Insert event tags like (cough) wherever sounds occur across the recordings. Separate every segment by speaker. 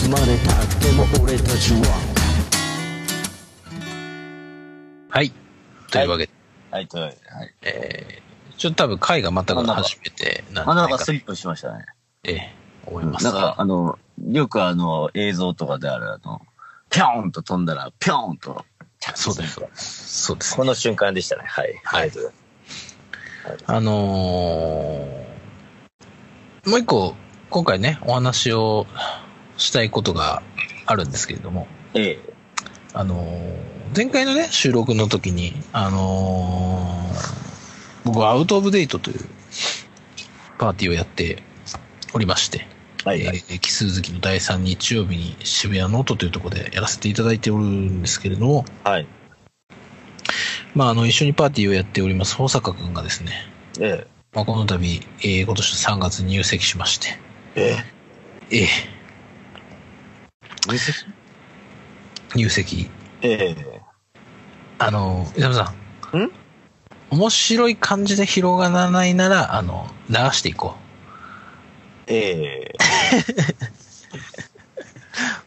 Speaker 1: でも俺たちは
Speaker 2: はい。というわけで、
Speaker 3: はい、というわけではい。
Speaker 2: えー、ちょっと多分回が全く初めてなん
Speaker 3: あ
Speaker 2: じゃ
Speaker 3: なん
Speaker 2: ない
Speaker 3: か
Speaker 2: か
Speaker 3: スリップしましたね。
Speaker 2: ええ思い
Speaker 3: なん
Speaker 2: ます。
Speaker 3: か、あの、よくあの、映像とかである、あの、ぴょんと飛んだら、ぴょんと。
Speaker 2: そうです、そうです。そうです
Speaker 4: この瞬間でしたね。はい。
Speaker 2: はい
Speaker 4: ありがとうござい
Speaker 2: あのーもう一個、今回ね、お話をしたいことがあるんですけれども、
Speaker 3: ええ。
Speaker 2: あのー前回のね、収録の時に、あのー僕はアウトオブデートというパーティーをやっておりまして、
Speaker 3: はいはい
Speaker 2: えー奇数月の第3日曜日に渋谷ノートというところでやらせていただいておるんですけれども、
Speaker 4: ます。はい。
Speaker 2: まあ、あの、一緒にパーティーをやっております、保坂くんがですね、
Speaker 4: え
Speaker 2: まあ、この度、えー今年3月入籍しまして、
Speaker 4: え。え
Speaker 2: え
Speaker 4: え。
Speaker 2: え
Speaker 4: 入籍
Speaker 2: 入籍。
Speaker 4: ええ。
Speaker 2: あの、伊沢さん。
Speaker 4: ん
Speaker 2: 面白い感じで広がらないなら、あの、流していこう。
Speaker 4: え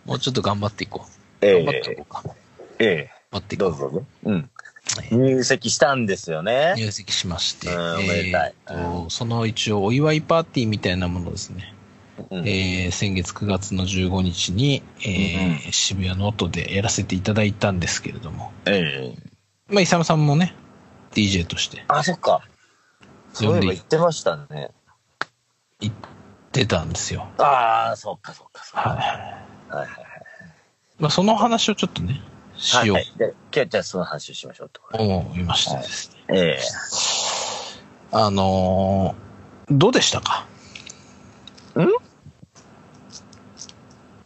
Speaker 2: もうちょっと頑張っていこ
Speaker 4: え。
Speaker 2: う。
Speaker 4: え
Speaker 2: 頑張ってい
Speaker 4: え。
Speaker 2: こうか。頑
Speaker 4: ええ。
Speaker 2: 張っていこ
Speaker 4: ど
Speaker 2: う。
Speaker 4: うぞどうぞ。
Speaker 3: うん。
Speaker 4: 入籍したんですよね。
Speaker 2: 入籍しまして、
Speaker 4: うんおめでたい
Speaker 2: えーっとその一応お祝いパーティーみたいなものですね、
Speaker 4: うん
Speaker 2: えー先月9月の15日に、えー渋谷の音でやらせていただいたんですけれども、
Speaker 3: ええ。
Speaker 2: まあ、イサムさんもね、DJ として
Speaker 4: あ、そっか。そう
Speaker 2: 呼
Speaker 4: い
Speaker 2: ん
Speaker 4: えば
Speaker 2: で
Speaker 4: 言ってましたね。
Speaker 2: 行ってたんですよ。
Speaker 4: ああ、そっかそっかそっか。
Speaker 2: は
Speaker 4: はいは
Speaker 2: い。
Speaker 4: い
Speaker 2: まあ、その話をちょっとね、しよ
Speaker 4: はい。じゃあ、今日じゃあその話をしましょうと。
Speaker 2: うと思いましてですね。
Speaker 4: ええ。
Speaker 2: あのーどうでしたか
Speaker 4: ん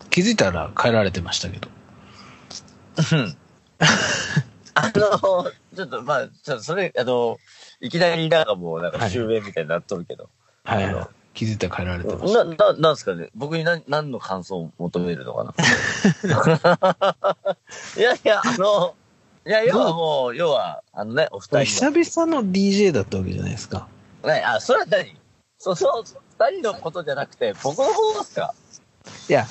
Speaker 2: 気づいたら帰られてましたけど。
Speaker 4: うんあの、ちょっと、まあ、ちょっとそれ、あの、いきなりなんかもう、なんか終焉みたいになっとるけど。
Speaker 2: はい
Speaker 4: あの。
Speaker 2: 気づいたら帰られてまし
Speaker 4: な、な、なんすかね僕に何、何の感想を求めるのかないやいや、あの、いや、要はもう、要は、あのね、お
Speaker 2: た。
Speaker 4: 二人
Speaker 2: 久々の DJ だったわけじゃないですか。
Speaker 4: の。ね、あ、それは何そ、その、二人のことじゃなくて、僕の方ですか
Speaker 2: いや、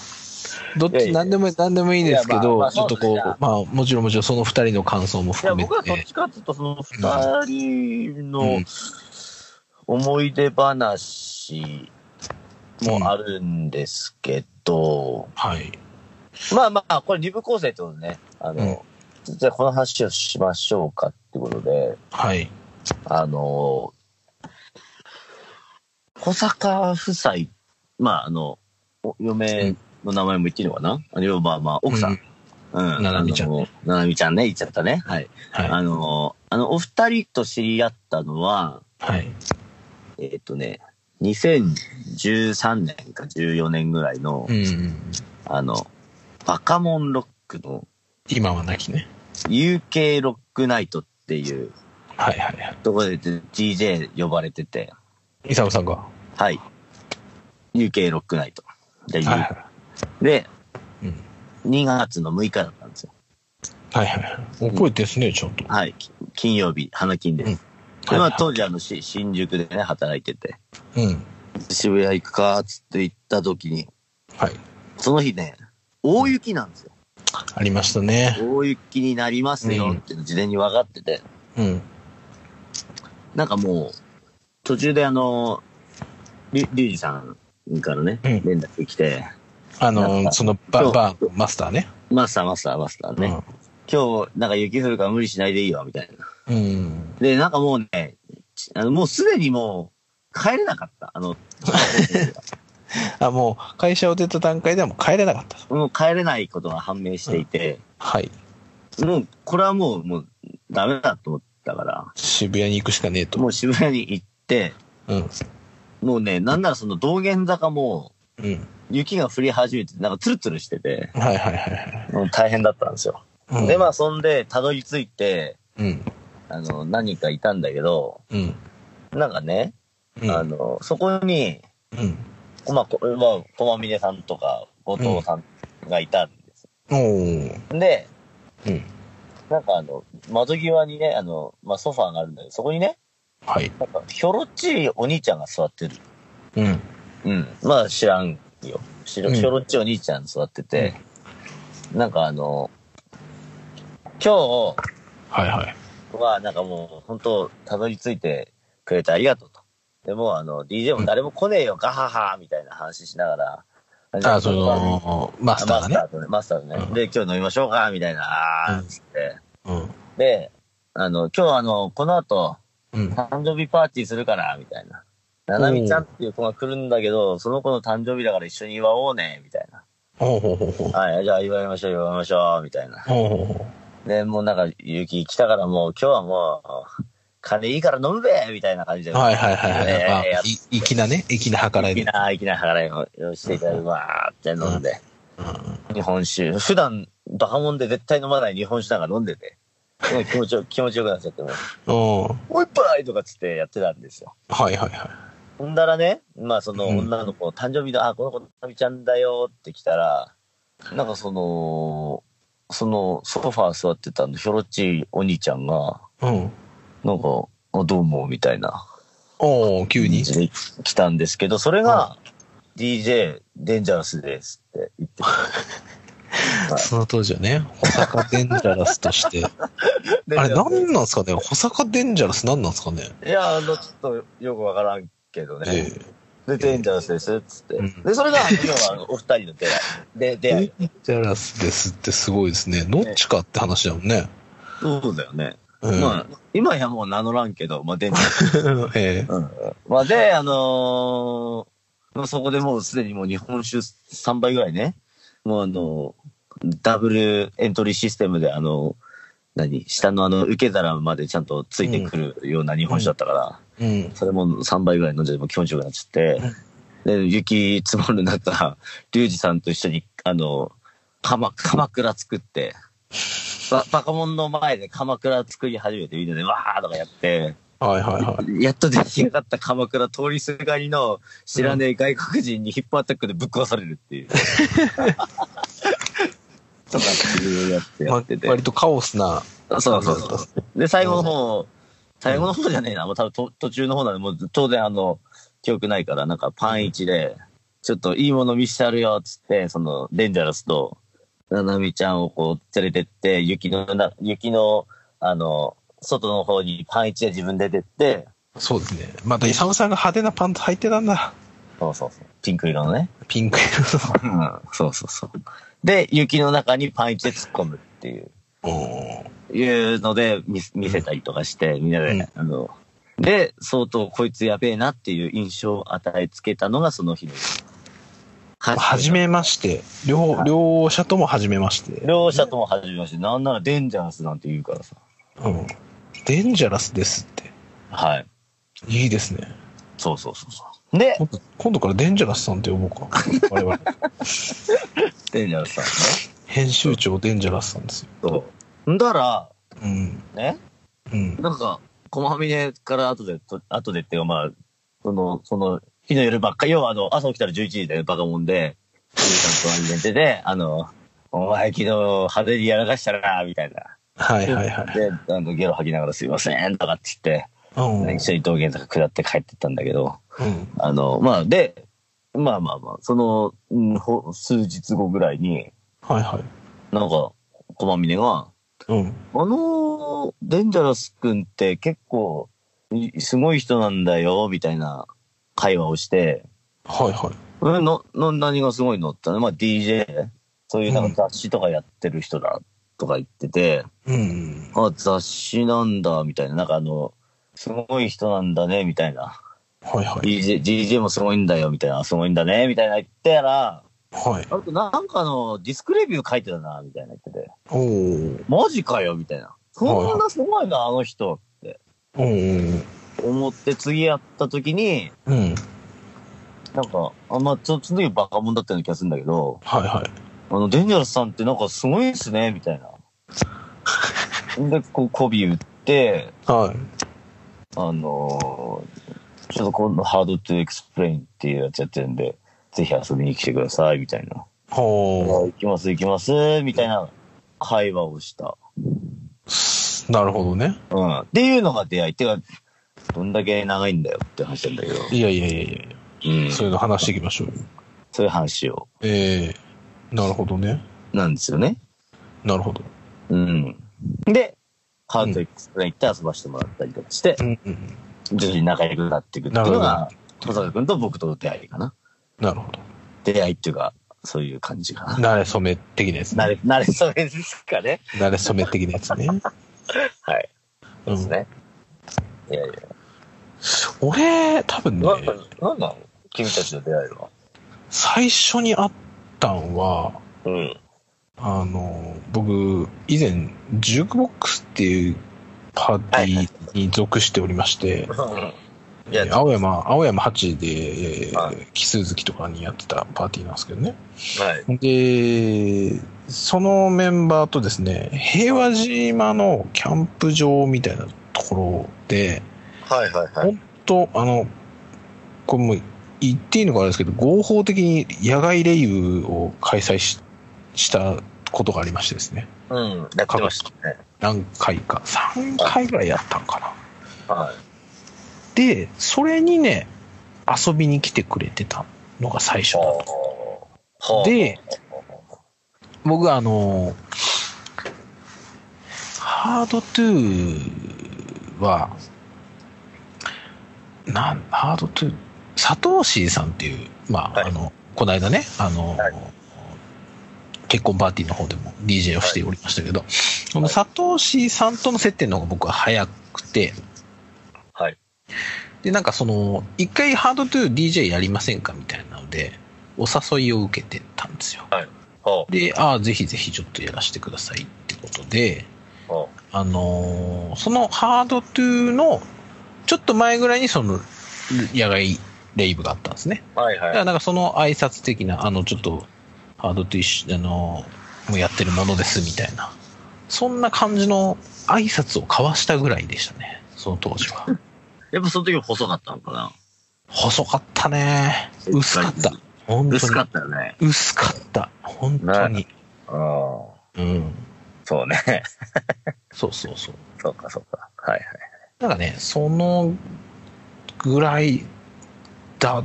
Speaker 2: どっ
Speaker 4: いやい
Speaker 2: ち、
Speaker 4: や
Speaker 2: なんでも、なんでもいいんですけ
Speaker 4: いやまあま
Speaker 2: ど、
Speaker 4: あ
Speaker 2: ちょっとこう、
Speaker 4: そうですね
Speaker 2: まあ、もちろんもちろんその二人の感想も
Speaker 4: いや、
Speaker 2: 含め、
Speaker 4: 僕はどってちかっていうと、その二人
Speaker 2: う
Speaker 4: の
Speaker 2: ん
Speaker 4: 思い出話もあるんですけど、
Speaker 2: はい。
Speaker 4: まあまあ、これ二部構成ってことでね、あの、じゃあこの話をしましょうかってことで、
Speaker 2: はい。
Speaker 4: あの、小坂夫妻、まああの、お嫁の名前も言っていいのかな、あのまあまあ、奥さ。
Speaker 2: うん
Speaker 4: うん。
Speaker 2: ななみちゃん
Speaker 4: ね。ななみちゃんね、言っちゃったね。はい。
Speaker 2: は
Speaker 4: あ
Speaker 2: い。
Speaker 4: の、あの、お二人と知り合ったのは、
Speaker 2: はい。
Speaker 4: えーっ、とね、2013年か14年ぐらいの、
Speaker 2: うんうん。
Speaker 4: あの、バカモンロックの
Speaker 2: 今はなきね。
Speaker 4: UK ロックナイトっていう
Speaker 2: はいはいはい。
Speaker 4: ところで DJ 呼ばれてて、
Speaker 2: イサムさんが。
Speaker 4: はい。UK ロックナイト。で、
Speaker 2: はいは
Speaker 4: で
Speaker 2: い。うん。
Speaker 4: 2月の6日だったんですよ。
Speaker 2: はいはいはい。覚えてですね、ちゃんと。
Speaker 4: はい。き金曜日、花金です。
Speaker 2: うん
Speaker 4: でま
Speaker 2: は
Speaker 4: あ
Speaker 2: いはい
Speaker 4: 当時あのし、新宿でね、働いてて、
Speaker 2: うん。
Speaker 4: 渋谷行くかーっつって行った時に、
Speaker 2: はい。
Speaker 4: その日ね、大雪なんですよ。
Speaker 2: ありましたね。
Speaker 4: 大雪になりますよっていうの事前に分かってて、
Speaker 2: うん。
Speaker 4: なんかもう、途中であの、りリュウジさんからね、
Speaker 2: うん
Speaker 4: 連絡来て、
Speaker 2: あ
Speaker 4: な
Speaker 2: の、
Speaker 4: んか
Speaker 2: そのバ
Speaker 4: そ
Speaker 2: ー、
Speaker 4: う
Speaker 2: バーのマスターね。
Speaker 4: マスターマスターマスターね、今日なんか雪降るから無理しないでいいよ、みたいな。
Speaker 2: うん。うん。
Speaker 4: で、なんかもうね、ちあのもうすでにもう帰れなかった。あの、
Speaker 2: あ、もう、会社を出た段階ではもう帰れなかった。
Speaker 4: もう帰れないことが判明していて、
Speaker 2: はい。
Speaker 4: もうこれはもう、もうダメだと思ったから、
Speaker 2: 渋谷に行くしかねえと。
Speaker 4: もう渋谷に行って、
Speaker 2: うん。
Speaker 4: もうね、なんならその道玄坂も、
Speaker 2: うん。
Speaker 4: 雪が降り始めて、なんかツルツルしてて、
Speaker 2: はいはいはい
Speaker 4: もう大変だったんですよ。
Speaker 2: はい。
Speaker 4: で、ま
Speaker 2: あ、
Speaker 4: あ、そんで、たどり着いて、
Speaker 2: うん。
Speaker 4: あの、何人かいたんだけど、
Speaker 2: うん。
Speaker 4: なんかね、
Speaker 2: うん。
Speaker 4: あの、そこに、
Speaker 2: うん。
Speaker 4: まあ、こまあ、駒峰さんとか、後藤さんがいたんです。
Speaker 2: おー。
Speaker 4: で、
Speaker 2: うん。
Speaker 4: なんかあの、窓際にね、あの、まあ、ソファーがあるんだけど、そこにね、
Speaker 2: はい。
Speaker 4: なんか、ひょろっちいお兄ちゃんが座ってる。
Speaker 2: うん。
Speaker 4: うん。まあ、知らんよ。知ら
Speaker 2: うん
Speaker 4: ひょろっちいお兄ちゃん座ってて、なんかあの、今
Speaker 2: はいはい。
Speaker 4: 日はなんかもう本当、たどり着いてくれてありがとうと。でもうあの、DJ も誰も来ねえよ、ガハハみたいな話しながら。
Speaker 2: あ、その、マスターがね。
Speaker 4: マスターとね。マスターとね
Speaker 2: うん
Speaker 4: で、今日飲みましょうかみたいな、あーっつって。
Speaker 2: うん。
Speaker 4: で、あの、今日あの、この後、
Speaker 2: うん。
Speaker 4: 誕生日パーティーするから、みたいな。ななみちゃんっていう子が来るんだけど、その子の誕生日だから一緒に祝おうね、みたいな。
Speaker 2: ほうほうほうほう。
Speaker 4: はい、じゃあ祝いましょう、祝いましょう、みたいな。
Speaker 2: ほうほうほ
Speaker 4: で、もうなんか、ゆき来たからもう、今日はもう、金いいから飲むべみたいな感じで。
Speaker 2: う。はいはいはいはい。
Speaker 4: えー
Speaker 2: まあ
Speaker 4: やっ、
Speaker 2: い粋なね、粋な計らいで。
Speaker 4: 粋な、粋な計らいをしていただいて、わーって飲んで。
Speaker 2: うん
Speaker 4: 日本酒。普段、バカもんで絶対飲まない日本酒なんか飲んでて。もう気持ちよ、気持ちよくなっちゃってもう、
Speaker 2: うん。はい
Speaker 4: もう一杯とかっつってやってたんですよ。
Speaker 2: はいはい。
Speaker 4: ほんだらね、まあその
Speaker 2: うん
Speaker 4: 女の子、誕生日の、あ、この子、たみちゃんだよって来たら、なんかその、そのソファー座ってたの、ひょろっちいお兄ちゃんが、
Speaker 2: うん。
Speaker 4: なんか、あどうも、みたいな
Speaker 2: おお急に
Speaker 4: 感。じで来たんですけど、それが、DJ、デンジャラスですって言って、
Speaker 2: その当時はね、保坂デンジャラスと
Speaker 4: (laughs)
Speaker 2: して。あれ、なんなんすかね保坂デンジャラスなんなんすかね
Speaker 4: いや、あの、ちょっとよくわからんけど
Speaker 2: え
Speaker 4: ね。
Speaker 2: え
Speaker 4: で、デンジャラスですっつって
Speaker 2: うん。
Speaker 4: で、それが、今日はあのお二人の出会い。で、出会い。
Speaker 2: デンジャラスですってすごいですね。どっちかって話だもん
Speaker 4: (laughs)
Speaker 2: ね。
Speaker 4: そうだよね。
Speaker 2: うん
Speaker 4: まあ、今やもう名乗らんけど、まあ、デンジャラス (laughs)
Speaker 2: ええ
Speaker 4: まあ、で、あのーまあそこでもうすでにもう日本酒3杯ぐらいね、もうあのーダブルエントリーシステムで、あの何下のあの、受け皿までちゃんとついてくるような日本酒だったから、
Speaker 2: うん。
Speaker 4: それも3杯ぐらい飲んじゃって、もう気持ちよくなっちゃって、で、雪積もる中、リュウジさんと一緒に、あの、鎌、鎌倉作って、ババカモンの前で鎌倉作り始めてみんなでわーとかやって、
Speaker 2: はいはいはい。
Speaker 4: やっと出来上がった鎌倉通りすがりの知らねえ外国人にヒップアタックでぶっ壊されるっていう。 (laughs) とかっていうやってや
Speaker 2: ま
Speaker 4: ってて。
Speaker 2: 割とカオスな。
Speaker 4: そうそうそう。で、最後の方、最後の方じゃねえな、もう多分と途中の方なんで、もう当然あの、記憶ないから、なんかパン一で、ちょっといいもの見せてやるよ、つって、その、デンジャラスと、ななみちゃんをこう連れてって、雪のな、雪の、あの、外の方にパン一で自分で出てって、
Speaker 2: そうですね。また、イサムさんが派手なパンツ履いてたんだ。
Speaker 4: そうそうそう。ピンク色のね。
Speaker 2: ピンク色
Speaker 4: うん。そうそうそう。で、雪の中にパン一で突っ込むっていう、 (laughs)
Speaker 2: の。おー
Speaker 4: いうので見せ見せたりとかして、みんなで、
Speaker 2: うん
Speaker 4: あの、で、相当こいつやべえなっていう印象を与えつけたのがその日の。は
Speaker 2: 初。めまして。両、両者とも初めまして。
Speaker 4: 両者とも始めまして、なんならデンジャラスなんて言うからさ。
Speaker 2: うん。デンジャラスですって。
Speaker 4: はい。
Speaker 2: いいですね。
Speaker 4: そうそうそうそう。で、
Speaker 2: 今度今度からデンジャラスさんって呼ぼうか。我 (laughs) 々。
Speaker 4: デンジャラスさ
Speaker 2: 編集長デンジャラスさんですよ。
Speaker 4: んね。そう。だから、
Speaker 2: うん。
Speaker 4: ね、
Speaker 2: うん。
Speaker 4: なんか、駒峰から後で、と後でっていうか、まあ、その、その、日の夜ばっかり、要はあの、朝起きたら11時でバカもんで、ゆうちゃんとアニメントで、あの、お前昨日派手にやらかしたな、みたいな。
Speaker 2: はいはいはい。
Speaker 4: で、あの、ゲロ吐きながらすいません、とかって言って、
Speaker 2: うん。うん
Speaker 4: 一緒に道玄坂下って帰ってったんだけど、あの、まあ、で、まあまあまあ、その、うんほ数日後ぐらいに、
Speaker 2: はいはい。
Speaker 4: なんか、駒峰が、
Speaker 2: うん。
Speaker 4: あのーデンジャラス君って結構、いすごい人なんだよ、みたいな会話をして、
Speaker 2: はいはい。
Speaker 4: え、な、な、何がすごいのって言ったら、まあ DJ、そういうなんか雑誌とかやってる人だ、とか言ってて、
Speaker 2: うん。
Speaker 4: あ、雑誌なんだ、みたいな、なんかあの、すごい人なんだね、みたいな。
Speaker 2: はいはい。
Speaker 4: DJ、DJ もすごいんだよ、みたいな、すごいんだね、みたいな言ってたら、
Speaker 2: はい。
Speaker 4: あとなんかあの、ディスクレビュー書いてたな、みたいな言ってて、
Speaker 2: おー。
Speaker 4: マジかよ、みたいな。そんなすごいな、あの人って。
Speaker 2: おー。
Speaker 4: 思って次やった時に、
Speaker 2: うん。
Speaker 4: なんか、あんまあ、ちょっと次バカもんだったような気がするんだけど、
Speaker 2: はいはい。
Speaker 4: あの、デンジャラスさんってなんかすごいですね、みたいな。で、こう、媚び打って、
Speaker 2: はい。
Speaker 4: あのーちょっと今度、ハードトゥエクスプレインっていうやつやってるんで、ぜひ遊びに来てください、みたいな。
Speaker 2: ほ
Speaker 4: 行きます、行きます、みたいな会話をした。
Speaker 2: ー。なるほどね。
Speaker 4: うん。っていうのが出会い。てか、どんだけ長いんだよって話なんだけど、
Speaker 2: いやいやいやいや
Speaker 4: うん。
Speaker 2: そういうの話していきましょうよ。
Speaker 4: そういう話を。
Speaker 2: ええなるほどね。
Speaker 4: なんですよね。
Speaker 2: なるほど。
Speaker 4: うん。で、ハートエックスプレ行って遊ばしてもらったりとかして、
Speaker 2: うんうん。
Speaker 4: 徐々に仲良くなっていくっていうのが、登坂君と僕との出会いかな。
Speaker 2: なるほど。
Speaker 4: 出会いっていうか、そういう感じかな。
Speaker 2: 慣れ染め的なやつ
Speaker 4: 慣
Speaker 2: ね。
Speaker 4: れ、慣れそれですかね。
Speaker 2: 慣れ染め的なや
Speaker 4: (laughs)
Speaker 2: つね。
Speaker 4: はい。
Speaker 2: う
Speaker 4: です
Speaker 2: ん。
Speaker 4: ね。いやいや。
Speaker 2: 俺、多分ね、
Speaker 4: なんか、なんなの君たちの出会いは。
Speaker 2: 最初に会ったんは、
Speaker 4: うん。
Speaker 2: あの、僕、以前、ジュークボックスっていうパーティーに属しておりまして、
Speaker 4: いや、は
Speaker 2: 青山、青山八で、えー
Speaker 4: は
Speaker 2: 奇数月とかにやってたパーティーなんですけどね。
Speaker 4: い。
Speaker 2: で、そのメンバーとですね、平和島のキャンプ場みたいなところで、
Speaker 4: はいはいはい。
Speaker 2: と、あの、これもう言っていいのかあれですけど、合法的に野外レイブを開催ししたことがありましてですね、
Speaker 4: うん。やってましたね。
Speaker 2: 何回か、3回ぐらいやったんかな。
Speaker 4: は
Speaker 2: で、それにね、遊びに来てくれてたのが最
Speaker 4: い。
Speaker 2: 初だった
Speaker 4: はあはあ
Speaker 2: で、僕はあの、ハード2は、なん、ハード2、佐藤氏さんっていう、まあ、
Speaker 4: はい
Speaker 2: あの、この間ね、あの、
Speaker 4: はい
Speaker 2: 結婚パーティーの方でも DJ をしておりましたけど、この佐藤氏さんとの接点の方が僕は早くて、
Speaker 4: はい。
Speaker 2: で、なんかその、一回ハードトゥー DJ やりませんかみたいなので、お誘いを受けてたんですよ。
Speaker 4: は
Speaker 2: で、ああ、ぜひぜひちょっとやらせてくださいってことで、
Speaker 4: あは
Speaker 2: あのーそのハードトゥーの、ちょっと前ぐらいにその、野外レイブがあったんですね。
Speaker 4: あはい
Speaker 2: だ
Speaker 4: は
Speaker 2: か
Speaker 4: い
Speaker 2: ら。なんかその挨拶的な、あの、ちょっと、ハードと一緒、あの、もうやってるものですみたいな。そんな感じの挨拶を交わしたぐらいでしたね。その当時は。
Speaker 4: やっぱその時も細かったのかな
Speaker 2: 細かったね。薄かった。本当に。
Speaker 4: 薄かったよね。
Speaker 2: 薄かった。本当に。
Speaker 4: ああ。
Speaker 2: うん。
Speaker 4: そうね。 (laughs)
Speaker 2: そうそうそう。
Speaker 4: そうかそうか。はいはい。
Speaker 2: なんかね、そのぐらいだ、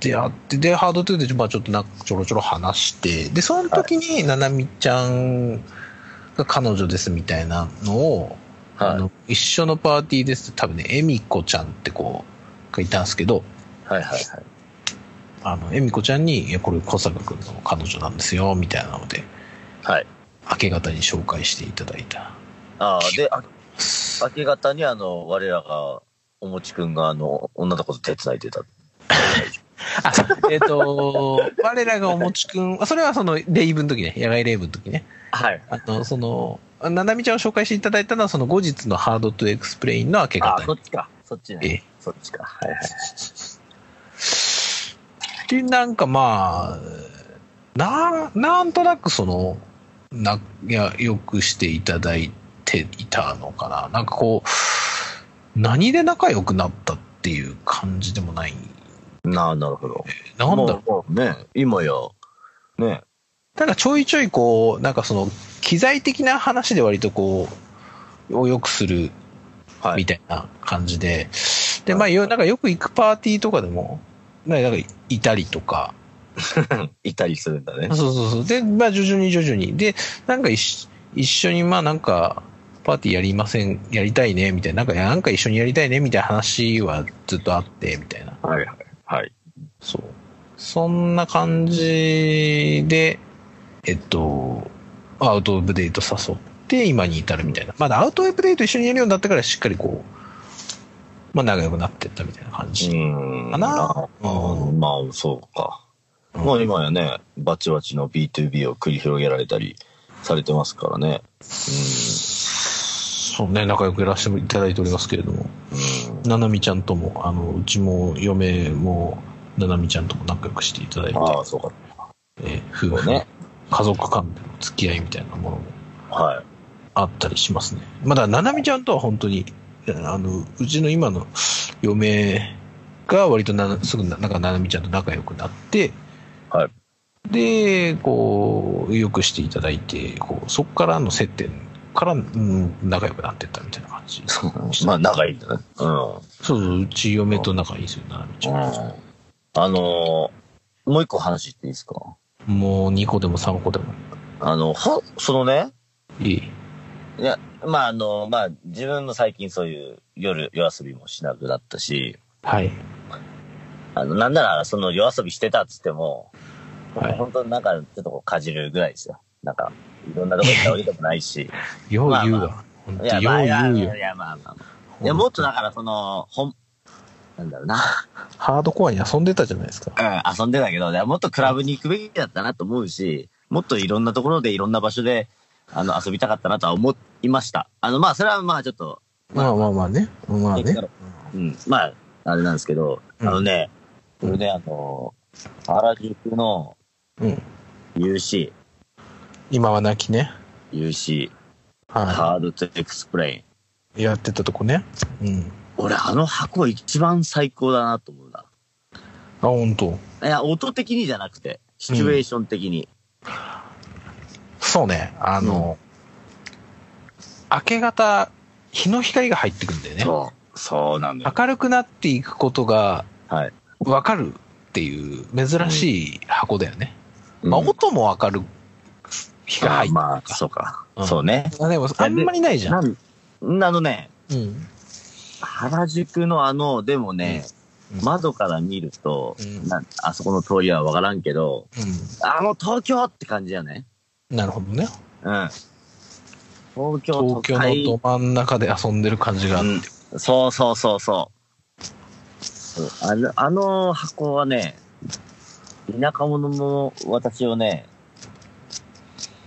Speaker 2: であって、で、ハードトゥーで、まあ、ちょっとなんかちょろちょろ話して、で、その時に、ななみちゃんが彼女ですみたいなのを、あ
Speaker 4: はい
Speaker 2: の一緒のパーティーですって、多分ね、えみこちゃんって子がいたんですけど、
Speaker 4: はいはいはい。
Speaker 2: あの、えみこちゃんに、いや、これ小坂くんの彼女なんですよ、みたいなので、
Speaker 4: はい。
Speaker 2: 明け方に紹介していただいた。
Speaker 4: ああ、で、あ明け方にあの、我らが、おもちくんがあの、女の子と手繋いでた。
Speaker 2: あ、えっ、と、 (laughs) 我らがおもちくん、あそれはその、レイブの時ね、野外レイブの時ね。
Speaker 4: はい。
Speaker 2: あの、その、ななみちゃんを紹介していただいたのは、その後日のハードトゥエクスプレインの明け
Speaker 4: あ
Speaker 2: 方
Speaker 4: あ、そっちか。そっち
Speaker 2: え
Speaker 4: ね。そっちか。はいはい。
Speaker 2: で、なんかまあ、な、なんとなくその、な、いや、よくしていただいていたのかな。なんかこう、何で仲良くなったっていう感じでもない。
Speaker 4: なあ、なるほど。
Speaker 2: なんだろう。
Speaker 4: もうもうね、今や、ね、
Speaker 2: なんかちょいちょいこう、なんかその、機材的な話で割とこう、を良くする
Speaker 4: は
Speaker 2: み
Speaker 4: い。
Speaker 2: たいな感じで、で、まあ、よなんかよく行くパーティーとかでも、ねなんかいたりとか、
Speaker 4: (laughs) いたりするんだね
Speaker 2: そう。そうそう、で、まあ、徐々に徐々に、で、なんか一一緒に、まあ、なんか、パーティーやりません、やりたいね、みたいな、なんか、なんか一緒にやりたいね、みたいな話はずっとあって、みたいな。
Speaker 4: はいはい。はい。
Speaker 2: そう。そんな感じで、えっと、アウトオブデート誘って、今に至るみたいな。まだアウトオブデート一緒にやるようになってから、しっかりこう、まあ、仲良くなってったみたいな感
Speaker 4: う
Speaker 2: じ。
Speaker 4: ーん。
Speaker 2: かな
Speaker 4: あーまあ、そうか。
Speaker 2: うん
Speaker 4: もう今やね、バチバチの B2B を繰り広げられたりされてますからね。
Speaker 2: そうね、仲良くやらせていただいておりますけれども、
Speaker 4: うん。うん。
Speaker 2: ななみちゃんとも、あの、うちも嫁も、ななみちゃんとも仲良くしていただいて、
Speaker 4: ああ、そうか。
Speaker 2: えー夫婦
Speaker 4: そうね
Speaker 2: ね、家族間での付き合いみたいなものも
Speaker 4: はい。
Speaker 2: あったりしますね。まだ、ななみちゃんとは本当に、えーあの、うちの今の嫁が割とな、すぐな、なんかななみちゃんと仲良くなって、
Speaker 4: はい。
Speaker 2: で、こう、よくしていただいて、こう、そこからの接点から、うん、仲良くなっていったみたいな感じ。
Speaker 4: (laughs) まあ、仲いいんだね。うん。
Speaker 2: そうそう、うち嫁と仲いいですよ、ななみち
Speaker 4: う
Speaker 2: ゃん。
Speaker 4: んあのーもう一個話していいですか
Speaker 2: もう2個でも3個でも。
Speaker 4: あの、ほ、そのね、
Speaker 2: いい。
Speaker 4: いや、まあ、あの、まあ、自分も最近そういう夜、夜遊びもしなくなったし、
Speaker 2: はい。
Speaker 4: あの、なんなら、その夜遊びしてたっつっても、
Speaker 2: はい
Speaker 4: 本当になんか、ちょっとこう、かじるぐらいですよ。なんか、いろんなとこ行ったわけでもない (laughs) し。
Speaker 2: よう言う
Speaker 4: まあ
Speaker 2: わ。ほんと
Speaker 4: いや、
Speaker 2: よ
Speaker 4: まあ、
Speaker 2: う
Speaker 4: いや、
Speaker 2: 言う
Speaker 4: い
Speaker 2: よ
Speaker 4: や、い。やまあまあまあ。いや、もっとだから、その、ほん、なんだろうな。
Speaker 2: ハードコアに遊んでたじゃないですか。
Speaker 4: うん、遊んでたけど、いやもっとクラブに行くべきだったなと思うし、もっといろんなところでいろんな場所で、あの、遊びたかったなとは思いました。あの、まあ、それはまあ、ちょっと、
Speaker 2: まあまあまあね。まあね。
Speaker 4: うん、まあ、あれなんですけど、あのね、これね、あの、原宿の
Speaker 2: うん。
Speaker 4: UC、
Speaker 2: 今はなきね。
Speaker 4: UC、
Speaker 2: は
Speaker 4: ハードとエクスプレイン。
Speaker 2: い。やってたとこね。うん。
Speaker 4: 俺、あの箱一番最高だなと思うな。
Speaker 2: あ、本当。
Speaker 4: いや、音的にじゃなくて、シチュエーション的に。
Speaker 2: そうね。あの、明け方、日の光が入ってくんだよね。
Speaker 4: そう、そうなんだよ。
Speaker 2: 明るくなっていくことが
Speaker 4: はい。
Speaker 2: わかるっていう珍しい箱だよね。まあ、
Speaker 4: うん
Speaker 2: 音も明る日が入って
Speaker 4: あ
Speaker 2: る
Speaker 4: まあ、
Speaker 2: か
Speaker 4: そうか。
Speaker 2: うん
Speaker 4: そうね。
Speaker 2: ら。あ、でもあんまりないじゃん。
Speaker 4: なん、んあのね、
Speaker 2: うん。
Speaker 4: 原宿のあの、でもね、
Speaker 2: うん
Speaker 4: 窓から見ると、
Speaker 2: うん
Speaker 4: なあそこの通りはわからんけど、あの東京って感じだよね。
Speaker 2: うん。なるほどね。
Speaker 4: うん。東京
Speaker 2: 東京のど真ん中で遊んでる感じがあって。
Speaker 4: うん、そうそうそうそう。あのあの箱はね、田舎者の私をね、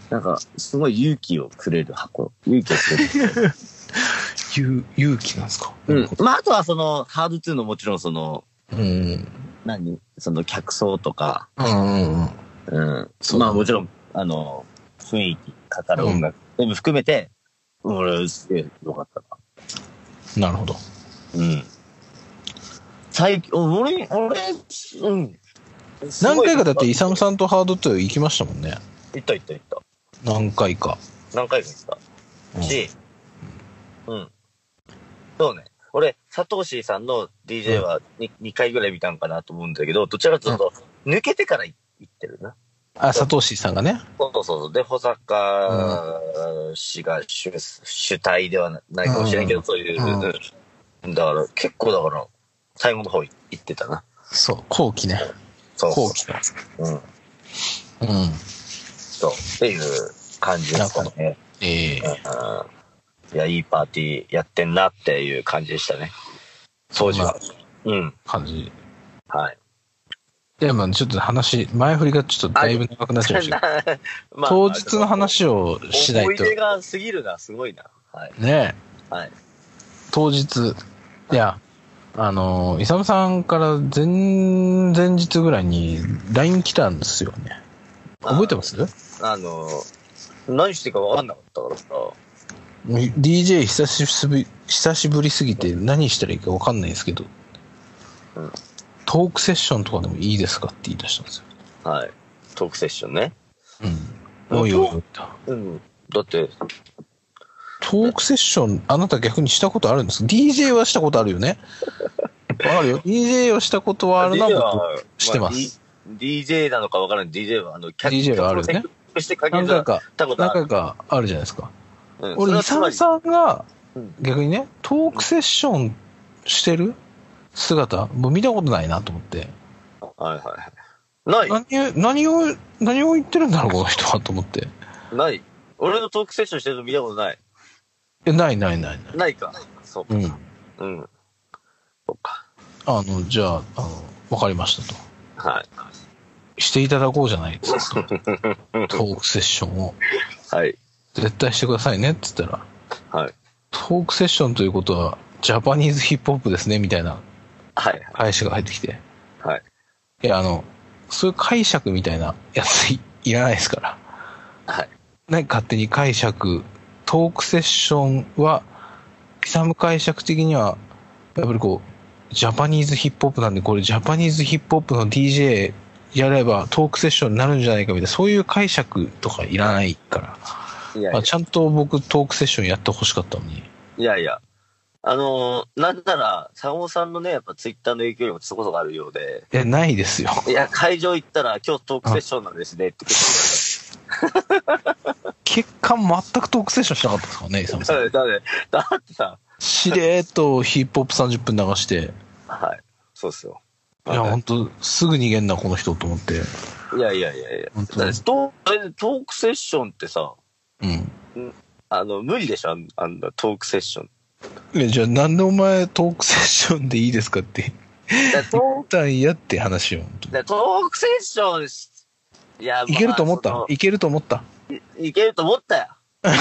Speaker 4: なんか、すごい勇気をくれる箱。勇気をくれる。
Speaker 2: 勇勇気なんですか。 (laughs)
Speaker 4: うん。まあ、あとはその、ハード2のもちろんその、
Speaker 2: うん。
Speaker 4: 何その客層とか、
Speaker 2: うんうんうん。
Speaker 4: うん。
Speaker 2: そう
Speaker 4: まあもちろん、あの、雰囲気、語る音楽、全部含めて、うん俺、すげえ良かった
Speaker 2: なるほど。
Speaker 4: な。うん。最近、俺、俺、うん。
Speaker 2: 何回かだって、イ
Speaker 4: い
Speaker 2: サムさんとハードトゥ行きましたもんね。
Speaker 4: 行った行った行っ
Speaker 2: 何回か。
Speaker 4: た。何回か行っ
Speaker 2: う
Speaker 4: た。
Speaker 2: ん
Speaker 4: し、うん。そうね。俺、佐藤氏さんの DJ は 2,、二回ぐらい見たんかなと思うんだけど、どちらかというと、抜けてから行ってるな。
Speaker 2: あ、佐藤氏さんがね。
Speaker 4: そうそうそう。で、保坂氏が主,、主体ではないかもしれんけど、そういう、だから、結構だから、最後の方行ってたな。
Speaker 2: そう、後期ね。
Speaker 4: そう
Speaker 2: 後
Speaker 4: そ
Speaker 2: 期だ。
Speaker 4: う。う
Speaker 2: う
Speaker 4: ん。
Speaker 2: ん。
Speaker 4: そう。っていう感じですかね。
Speaker 2: ええ
Speaker 4: うん。いや、いいパーティーやってんなっていう感じでしたね。当時は。うん。
Speaker 2: 感じ。
Speaker 4: はい。
Speaker 2: でも、ちょっと話、前振りがちょっとだいぶ長くなっちゃいました
Speaker 4: (laughs)
Speaker 2: けど。
Speaker 4: まあ
Speaker 2: 当日の話をしない
Speaker 4: 思い
Speaker 2: と。
Speaker 4: 出が過ぎるな、すごいな。はい。
Speaker 2: ね
Speaker 4: はい。
Speaker 2: 当日。いや、あの、イサムさんから前、前日ぐらいに LINE 来たんですよね。覚えてます
Speaker 4: あの、何していいか分かんなかったからさ。
Speaker 2: DJ 久しぶり、久しぶりすぎて何したらいいか分かんないですけど、
Speaker 4: うん
Speaker 2: トークセッションとかでもいいですかって言い出したんですよ。
Speaker 4: はい。トークセッションね。
Speaker 2: うん。おいおいおいと
Speaker 4: うん。だって、
Speaker 2: トークセッション、あなた逆にしたことあるんですか ?DJ はしたことあるよね。わかるよ。DJ をしたことはあるな、
Speaker 4: DJ
Speaker 2: 僕
Speaker 4: は
Speaker 2: してます。
Speaker 4: まあ D- DJ なのかわからん DJ は、あの、客
Speaker 2: DJ はあるよね。
Speaker 4: 客してかけ
Speaker 2: 何
Speaker 4: ずら
Speaker 2: 回
Speaker 4: っ
Speaker 2: か、
Speaker 4: たこと
Speaker 2: 何
Speaker 4: ある
Speaker 2: 回。かあるじゃないですか。
Speaker 4: うんそ
Speaker 2: 俺、
Speaker 4: れは
Speaker 2: イ
Speaker 4: つ
Speaker 2: サ
Speaker 4: ま
Speaker 2: ム
Speaker 4: り
Speaker 2: さんが
Speaker 4: うん、
Speaker 2: 逆にね、トークセッションしてる姿、もう見たことないなと思って。
Speaker 4: はいはいはい。な
Speaker 2: 何を、何を、何を言ってるんだろう、この人はと思って。い
Speaker 4: いない。俺のトークセッションしてるの見たことない。
Speaker 2: やないないないない。
Speaker 4: ないか。そう
Speaker 2: う
Speaker 4: か。
Speaker 2: ん。
Speaker 4: うん。そうか。
Speaker 2: あの、じゃあ、あの、わかりましたと。
Speaker 4: はい。
Speaker 2: していただこうじゃないです (laughs) かと。トークセッションを。
Speaker 4: はい。
Speaker 2: 絶対してくださいねって言ったら、
Speaker 4: はい。
Speaker 2: トークセッションということは、ジャパニーズヒップホップですね、みたいな
Speaker 4: はい。
Speaker 2: 返しが入ってきて。
Speaker 4: はい。
Speaker 2: いや、あの、そういう解釈みたいなやついいらないですから。
Speaker 4: はい。
Speaker 2: ね、勝手に解釈、トークセッションは、イサム解釈的には、やっぱりこう、ジャパニーズヒップホップなんで、これジャパニーズヒップホップの DJ やればトークセッションになるんじゃないかみたいな、そういう解釈とかいらないから。
Speaker 4: いやい
Speaker 2: ま
Speaker 4: や
Speaker 2: あ、ちゃんと僕トークセッションやってほしかったのに。
Speaker 4: いやいや。あのーなんなら、坂本さんのね、やっぱツイッターの影響力もそこそこあるようで、
Speaker 2: いや、ないですよ。
Speaker 4: いや、会場行ったら、今日トークセッションなんですねって言ってくれた
Speaker 2: 結果、全くトークセッションしなかったですからね、イサムさ
Speaker 4: だ
Speaker 2: ん。
Speaker 4: って、だって、だってさ、
Speaker 2: しれーっとヒップホップ30分流して、
Speaker 4: はい。そうっすよ。
Speaker 2: いや、ほんと、すぐ逃げんな、この人と思って。
Speaker 4: いやいやいやいや。
Speaker 2: 本当
Speaker 4: だっ
Speaker 2: に
Speaker 4: てトートークセッションってさ、
Speaker 2: うん。
Speaker 4: あの、無理でしょあんあんなトークセッション。
Speaker 2: えじゃあ、なんでお前、トークセッションでいいですかって。
Speaker 4: だからトー
Speaker 2: 本当はいやって話を。本当
Speaker 4: ク
Speaker 2: に
Speaker 4: だからトークセッションし、いや、
Speaker 2: いけると思った
Speaker 4: まあ
Speaker 2: いけると思った
Speaker 4: そのいけると思ったよ。うん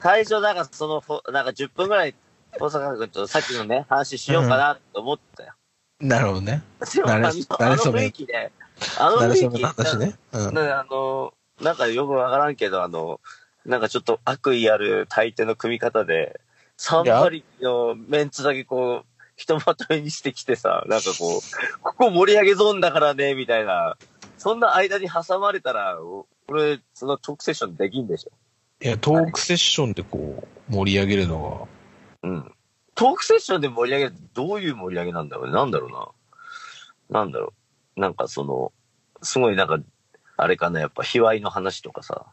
Speaker 4: 最初、なんかその、ほなんか10分ぐらい、大阪君とさっきのね、話しようかなと思ったよ。
Speaker 2: なるほどね。
Speaker 4: でも、あのあの
Speaker 2: なれそめ
Speaker 4: 雰囲気で、あの
Speaker 2: なる
Speaker 4: 雰
Speaker 2: そ
Speaker 4: 囲
Speaker 2: め
Speaker 4: 気
Speaker 2: の話ね。うん。
Speaker 4: ね、あの、なんかよくわからんけど、あの、なんかちょっと悪意ある大抵の組み方で、サンパリのメンツだけこう、ひとまとめにしてきてさ、なんかこう、ここ盛り上げゾーンだからね、みたいな。そんな間に挟まれたら、お俺、そのトークセッションできんでしょ。
Speaker 2: いや、トークセッションでこう、盛り上げるの
Speaker 4: うん。トークセッションで盛り上げるってどういう盛り上げなんだろうね。なんだろうな。なんだろう。なんかその、すごいなんか、あれかな、やっぱ、卑猥の話とかさ。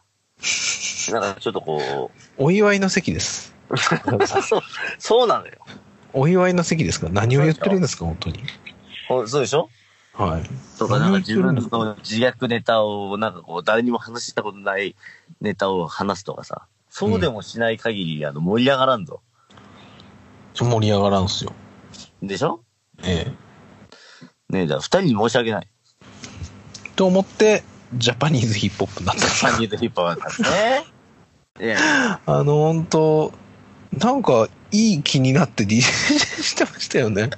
Speaker 4: なんかちょっとこう、
Speaker 2: は、 (laughs) お祝いの席です。
Speaker 4: そう、そうなのよ。
Speaker 2: お祝いの席ですから何を言ってるんですか、本当に。
Speaker 4: ほそうでしょ
Speaker 2: はい。
Speaker 4: とか、なんか
Speaker 2: 何言
Speaker 4: 自
Speaker 2: ってる
Speaker 4: 分
Speaker 2: んだ
Speaker 4: の自虐ネタを、なんかこう、誰にも話したことないネタを話すとかさ。そうでもしない限り、あの、盛り上がらんぞ。
Speaker 2: 盛り上がらんすよ。
Speaker 4: でしょ
Speaker 2: ええ。
Speaker 4: ねえ、だから二人に申し (laughs) 訳ない。
Speaker 2: と思って、ジャパニーズヒップホップになったん (laughs) です
Speaker 4: 三人と引っ張られた (laughs) ね。いや、
Speaker 2: あの、本当なんか、いい気になって DJ してましたよね。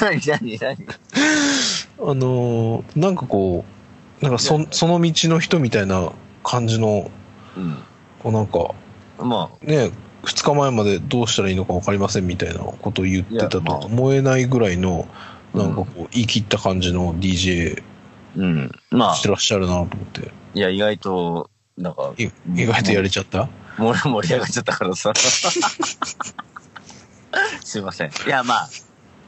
Speaker 4: 何何
Speaker 2: あ
Speaker 4: 何
Speaker 2: のーなんかこう、なんかそその道の人みたいな感じの、
Speaker 4: う
Speaker 2: こうなんか、
Speaker 4: ん。まあ、
Speaker 2: ね、2日前までどうしたらいいのか分かりませんみたいなことを言ってたと
Speaker 4: いやまあ
Speaker 2: 思えないぐらいの、なんかこ
Speaker 4: う
Speaker 2: う、言い切った感じの DJ
Speaker 4: うん。まあ
Speaker 2: し、てらっしゃるなと思って、
Speaker 4: いや、意外と、なんか、
Speaker 2: い意外とやれちゃった
Speaker 4: も盛り上がっちゃったからさ。すいません。いや、まあ、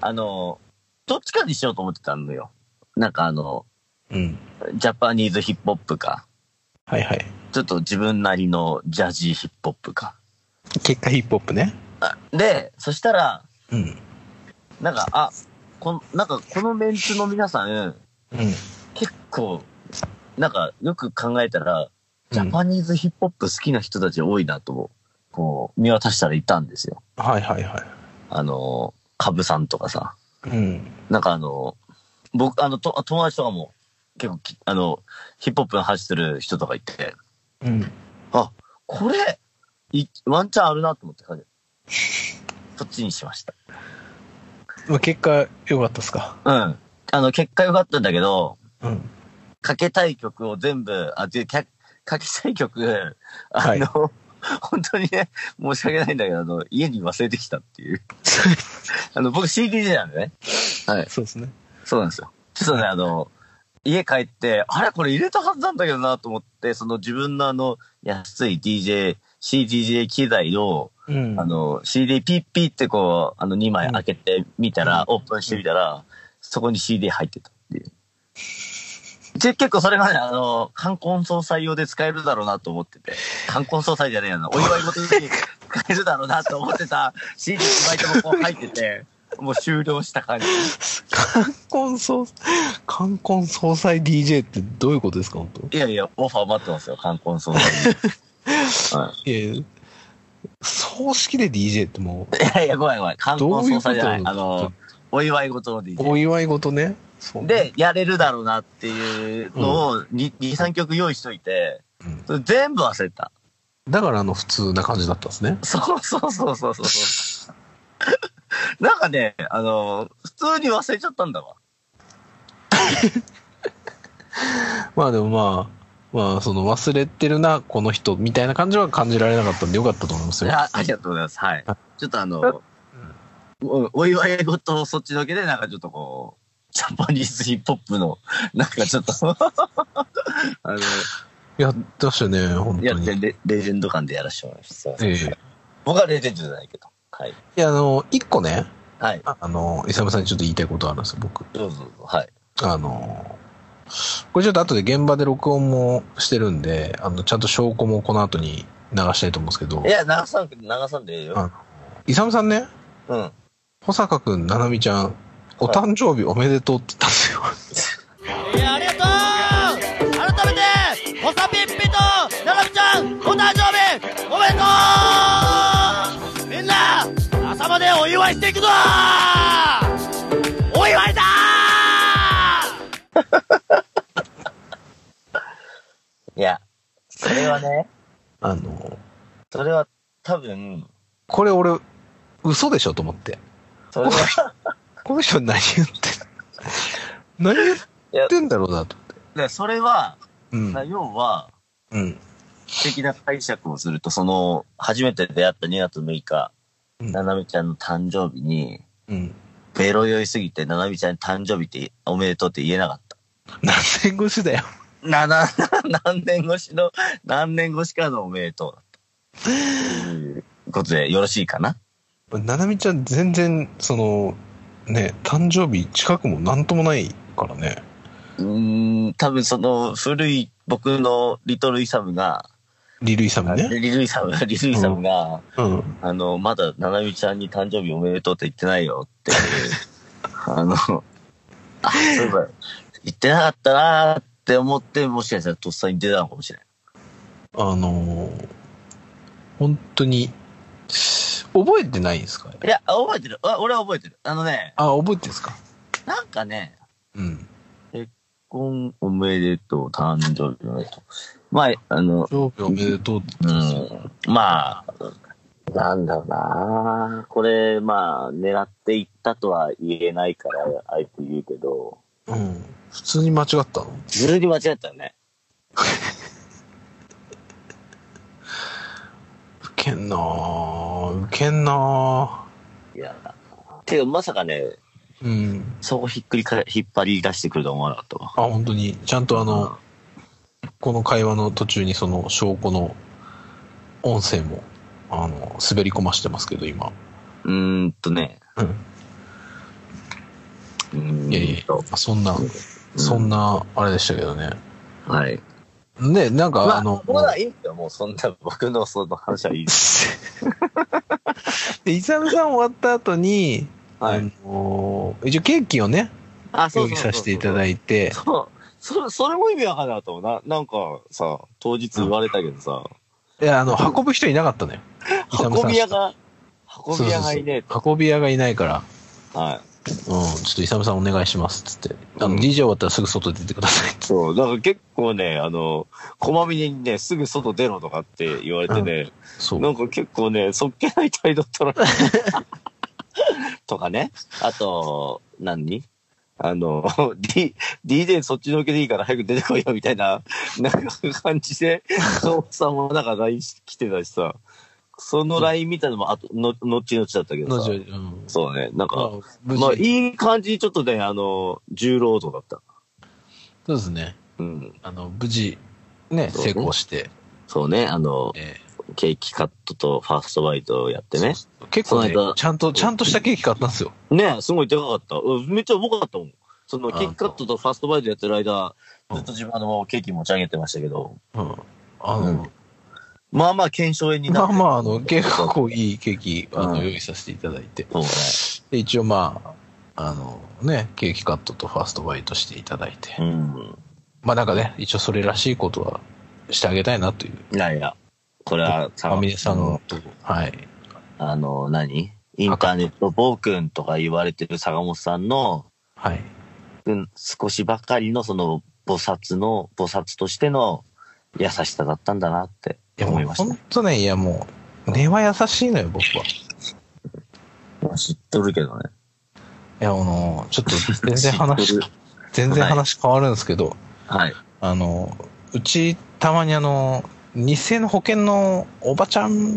Speaker 4: あの、どっちかにしようと思ってたのよ。なんかあの、
Speaker 2: うん。
Speaker 4: ジャパニーズヒップホップか、
Speaker 2: はいはい。
Speaker 4: ちょっと自分なりのジャジーヒップホップか。
Speaker 2: 結果ヒップホップね。
Speaker 4: あで、そしたら、
Speaker 2: うん。
Speaker 4: なんか、あ、この、なんかこのメンツの皆さん、
Speaker 2: うん。
Speaker 4: 結構、なんかよく考えたら、
Speaker 2: う
Speaker 4: ジ
Speaker 2: ん
Speaker 4: ャパニーズヒップホップ好きな人たち多いなと思う、こう、見渡したらいたんですよ。
Speaker 2: はいはいは
Speaker 4: あの、カブさんとかさ。
Speaker 2: い。うん。
Speaker 4: なんかあの、僕、あの、と友達とかも、結構き、あの、ヒップホップの話する人とかいて、
Speaker 2: うん。 (laughs)
Speaker 4: これ、いワンチャンあるなと思って感じ。そっちにしました。
Speaker 2: まあ、結果良かったですか
Speaker 4: うん。あの、結果良かったんだけど、
Speaker 2: うん。
Speaker 4: かけたい曲を全部、あ、で、かかけたい曲、あの、
Speaker 2: はい
Speaker 4: 本当にね、申し訳ないんだけど、あの、家に忘れてきたっ
Speaker 2: (laughs)
Speaker 4: ていう。あの、僕 CDJ なんでね。はい。
Speaker 2: そうですね。
Speaker 4: そうなんですよ。ちょっとね、あの、家帰って、あれこれ入れたはずなんだけどなと思って、その自分のあの、安い DJ、CDJ 機材を、
Speaker 2: うん
Speaker 4: あの、CD ピッピってこう、あの、2枚開けてみたら、オープンしてみたら、そこに CD 入ってたっていう。で、結構それがね、あの、冠婚葬祭用で使えるだろうなと思ってて、冠婚葬祭じゃね
Speaker 2: (laughs)
Speaker 4: えやな、お祝い事に使えるだろうなと思ってた CD2 枚ともこう入ってて、もう終了した感じ。
Speaker 2: 冠婚葬、冠婚葬祭 DJ ってどういうことですか、本
Speaker 4: いやいや、オファー待ってますよ、冠婚葬祭に。
Speaker 2: (laughs)
Speaker 4: は
Speaker 2: 当いやいや葬式で DJ っても
Speaker 4: い、いやいや、ごめんごめん。冠
Speaker 2: どう
Speaker 4: 婚
Speaker 2: いう
Speaker 4: 葬
Speaker 2: こと
Speaker 4: 祭じゃない。あ
Speaker 2: ちょっ
Speaker 4: の
Speaker 2: と、
Speaker 4: お祝い事の DJ。
Speaker 2: う、お祝い事ね。そう、
Speaker 4: で、やれるだろうなっていうのを2、2 3曲用意しといて、
Speaker 2: うん
Speaker 4: それ全部忘れた。
Speaker 2: だからあの普通な感じだったんですね。
Speaker 4: そうそうそうそうそ
Speaker 2: (laughs)
Speaker 4: うそう。なんかね、あの、普通に忘れちゃったんだわ。
Speaker 2: まあでもまあ、まあその忘れてるな、この人みたいな感じは感じられなかったんでよかったと思います
Speaker 4: い
Speaker 2: よ。
Speaker 4: やありがとうございます。はい
Speaker 2: あ。
Speaker 4: ちょっとあの、おお祝い事をそっちのけで、なんかちょっとこう、ジャパニーズヒップホップの、なんかちょっと、あの、
Speaker 2: やってましたね、本
Speaker 4: や
Speaker 2: 当
Speaker 4: って
Speaker 2: に。
Speaker 4: レ、レジェンド感でやらせてもらいました。すいません
Speaker 2: ええ
Speaker 4: 僕はレジェンドじゃないけど。はい。
Speaker 2: いや、あの、一個ね、
Speaker 4: はい。
Speaker 2: ああの、イサムさんにちょっと言いたいことあるんですよ、僕。
Speaker 4: どうぞどうぞ。はい。
Speaker 2: あの、これちょっと後で現場で録音もしてるんで、あの、ちゃんと証拠もこの後に流したいと思うんですけど
Speaker 4: い、や、流さん、流さんでええよ。
Speaker 2: イサムさんね、
Speaker 4: うん。
Speaker 2: 保坂くん、ななみちゃん、お誕生日おめでとうって言ったんですよ。 (laughs)
Speaker 5: えーありがとう改めておさぴっぴとななみちゃんお誕生日おめでとうみんな朝までお祝いしていくぞお祝いだ
Speaker 4: いや、それはね、
Speaker 2: あの、
Speaker 4: それは多分、
Speaker 2: これ俺、嘘でしょと思って。
Speaker 4: それ
Speaker 2: (laughs)
Speaker 4: は、
Speaker 2: この人何言ってる (laughs) 何言ってんだろうなと。
Speaker 4: でそれは、
Speaker 2: うん。
Speaker 4: 要は、
Speaker 2: うん。
Speaker 4: 的な解釈をすると、その、初めて出会った2月6日、
Speaker 2: うん
Speaker 4: ななみちゃんの誕生日に、
Speaker 2: うん。
Speaker 4: ベロ酔いすぎて、ななみちゃんに誕生日っておめでとうって言えなかった。
Speaker 2: 何年越しだよ。
Speaker 4: な、な、 (laughs) 何年越しの、何年越しからのおめでとうだった。ということで、よろしいかな
Speaker 2: ななみちゃん全然、その、ね、誕生日近くもなんともないからね。
Speaker 4: うーん、多分その、古い僕のリトルイサムが、
Speaker 2: リルイサムね。
Speaker 4: リルイサム、リルイサムが、
Speaker 2: うん。
Speaker 4: あの、まだ、ななみちゃんに誕生日おめでとうって言ってないよ (laughs) っていう、あの、あ、そういえば、言ってなかったなーって思って、もしかしたらとっさに出たのかもしれない。
Speaker 2: あのー本当に、覚えてないんですか
Speaker 4: いや、覚えてる。あ俺は覚えてる。あのね、
Speaker 2: あ、覚えてるんですか
Speaker 4: なんかね、
Speaker 2: うん。
Speaker 4: 婚おめでとう、誕生日おめでとう。まあ、あの、
Speaker 2: 誕生日おめでとうって
Speaker 4: う
Speaker 2: 言ったんですよ。
Speaker 4: ん、まあ、なんだろうなこれ、まあ、狙っていったとは言えないから、あえて言うけど、
Speaker 2: うん。普通に間違ったの
Speaker 4: ずるに間違ったよね。
Speaker 2: ウケんなぁ。ウケんな
Speaker 4: ていや、てかまさかね、
Speaker 2: ぁ。うん。
Speaker 4: そこひっくりか、引っ張り出してくるとは思わなかったわ。
Speaker 2: あ、本当に。ちゃんとあの、この会話の途中にその証拠の音声も、あの、滑り込ましてますけど、今。
Speaker 4: うーんとね、
Speaker 2: うん。
Speaker 4: うーん
Speaker 2: いやいや
Speaker 4: と、、
Speaker 2: そんな、そんな、あれでしたけどね。
Speaker 4: はい。
Speaker 2: ね、なんか、
Speaker 4: ま
Speaker 2: あ、
Speaker 4: あ、
Speaker 2: の
Speaker 4: の、、まだいいんだよ、もうそんな僕のその話はいいです。
Speaker 2: で、イサムさん終わった後に、
Speaker 4: はい
Speaker 2: あのー一応ケーキをね、
Speaker 4: あ、
Speaker 2: 用意させていただ
Speaker 4: い
Speaker 2: いて
Speaker 4: て、そう。それ、それも意味わかんなかったもんな。なんかさ、当日言われたけどさ、
Speaker 2: いや、あの、運ぶ人いなかったのよ。イサムさ
Speaker 4: (laughs) 運
Speaker 2: ん
Speaker 4: び屋が、
Speaker 2: そう
Speaker 4: 運
Speaker 2: そう
Speaker 4: び
Speaker 2: そう
Speaker 4: 屋がいねえと。
Speaker 2: 運び屋がいないから、
Speaker 4: はい。
Speaker 2: うん、ちょっとイサムさんお願いします、つって。あの、
Speaker 4: うん
Speaker 2: DJ 終わったらすぐ外出てください、つって
Speaker 4: そう、だから結構ね、あの、こまめにね、すぐ外出ろとかって言われてね、
Speaker 2: そう。
Speaker 4: なんか結構ね、そっけない態度取られ (laughs) とかね。あと、何あの、D、DJ そっちのけでいいから早く出てこいよみたいな、なんか感じで、おっさんもなんか LINE 来てたしさ、その LINE 見たのも、あと、の、後々だったけど
Speaker 2: の
Speaker 4: さ
Speaker 2: じ。うん。
Speaker 4: そうね、なん
Speaker 2: まあ
Speaker 4: か、
Speaker 2: 無
Speaker 4: まあ、
Speaker 2: 事、
Speaker 4: いい感じにちょっとね、あの、重労働だっ
Speaker 2: そうですね。
Speaker 4: た。うん。
Speaker 2: あの、無事、ね、
Speaker 4: そうね
Speaker 2: 成功して、
Speaker 4: そうね、あの、
Speaker 2: え
Speaker 4: ケーキカットとファーストバイトをやってね。
Speaker 2: ー結構ね
Speaker 4: その間、
Speaker 2: ちゃんと、ちゃんとしたケーキ買ったんですよ。
Speaker 4: ねえ、すごいでかかった。うんめっちゃ重かったもん。その、
Speaker 2: あ
Speaker 4: キックカットとファーストバイトやってる間、
Speaker 2: うん
Speaker 4: ずっと自分のケーキ持ち上げてましたけど、
Speaker 2: うん。あの、
Speaker 4: うんまあまあ検証炎に
Speaker 2: ま
Speaker 4: な
Speaker 2: あ
Speaker 4: って。
Speaker 2: まあ、あの、結構いいケーキ、あ
Speaker 4: う
Speaker 2: の、
Speaker 4: ん
Speaker 2: 用意させていただいて。
Speaker 4: そうね。
Speaker 2: で、一応まあ、あの、ね、ケーキカットとファーストバイトしていただいて。
Speaker 4: うん。
Speaker 2: まあなんかね、一応それらしいことはしてあげたいなという。
Speaker 4: いやいや、これはさ、
Speaker 2: ファミレスさんの
Speaker 4: あの
Speaker 2: はい。
Speaker 4: あの、何インターネット暴君とか言われてる坂本さんの、
Speaker 2: はい。
Speaker 4: うん、少しばかりのその、菩薩の、菩薩としての優しさだったんだなって
Speaker 2: いやも、
Speaker 4: 思いうまし
Speaker 2: ほんとね、いやもう、根は優しいのよ、僕は。
Speaker 4: た。知っとるけどね。
Speaker 2: いや、あの、ちょっと全然
Speaker 4: (laughs) 知っ
Speaker 2: 話
Speaker 4: とる、
Speaker 2: 全然話変わるんですけど、
Speaker 4: はい。
Speaker 2: あの、うち、たまにあの、日生の保険のおばちゃんっ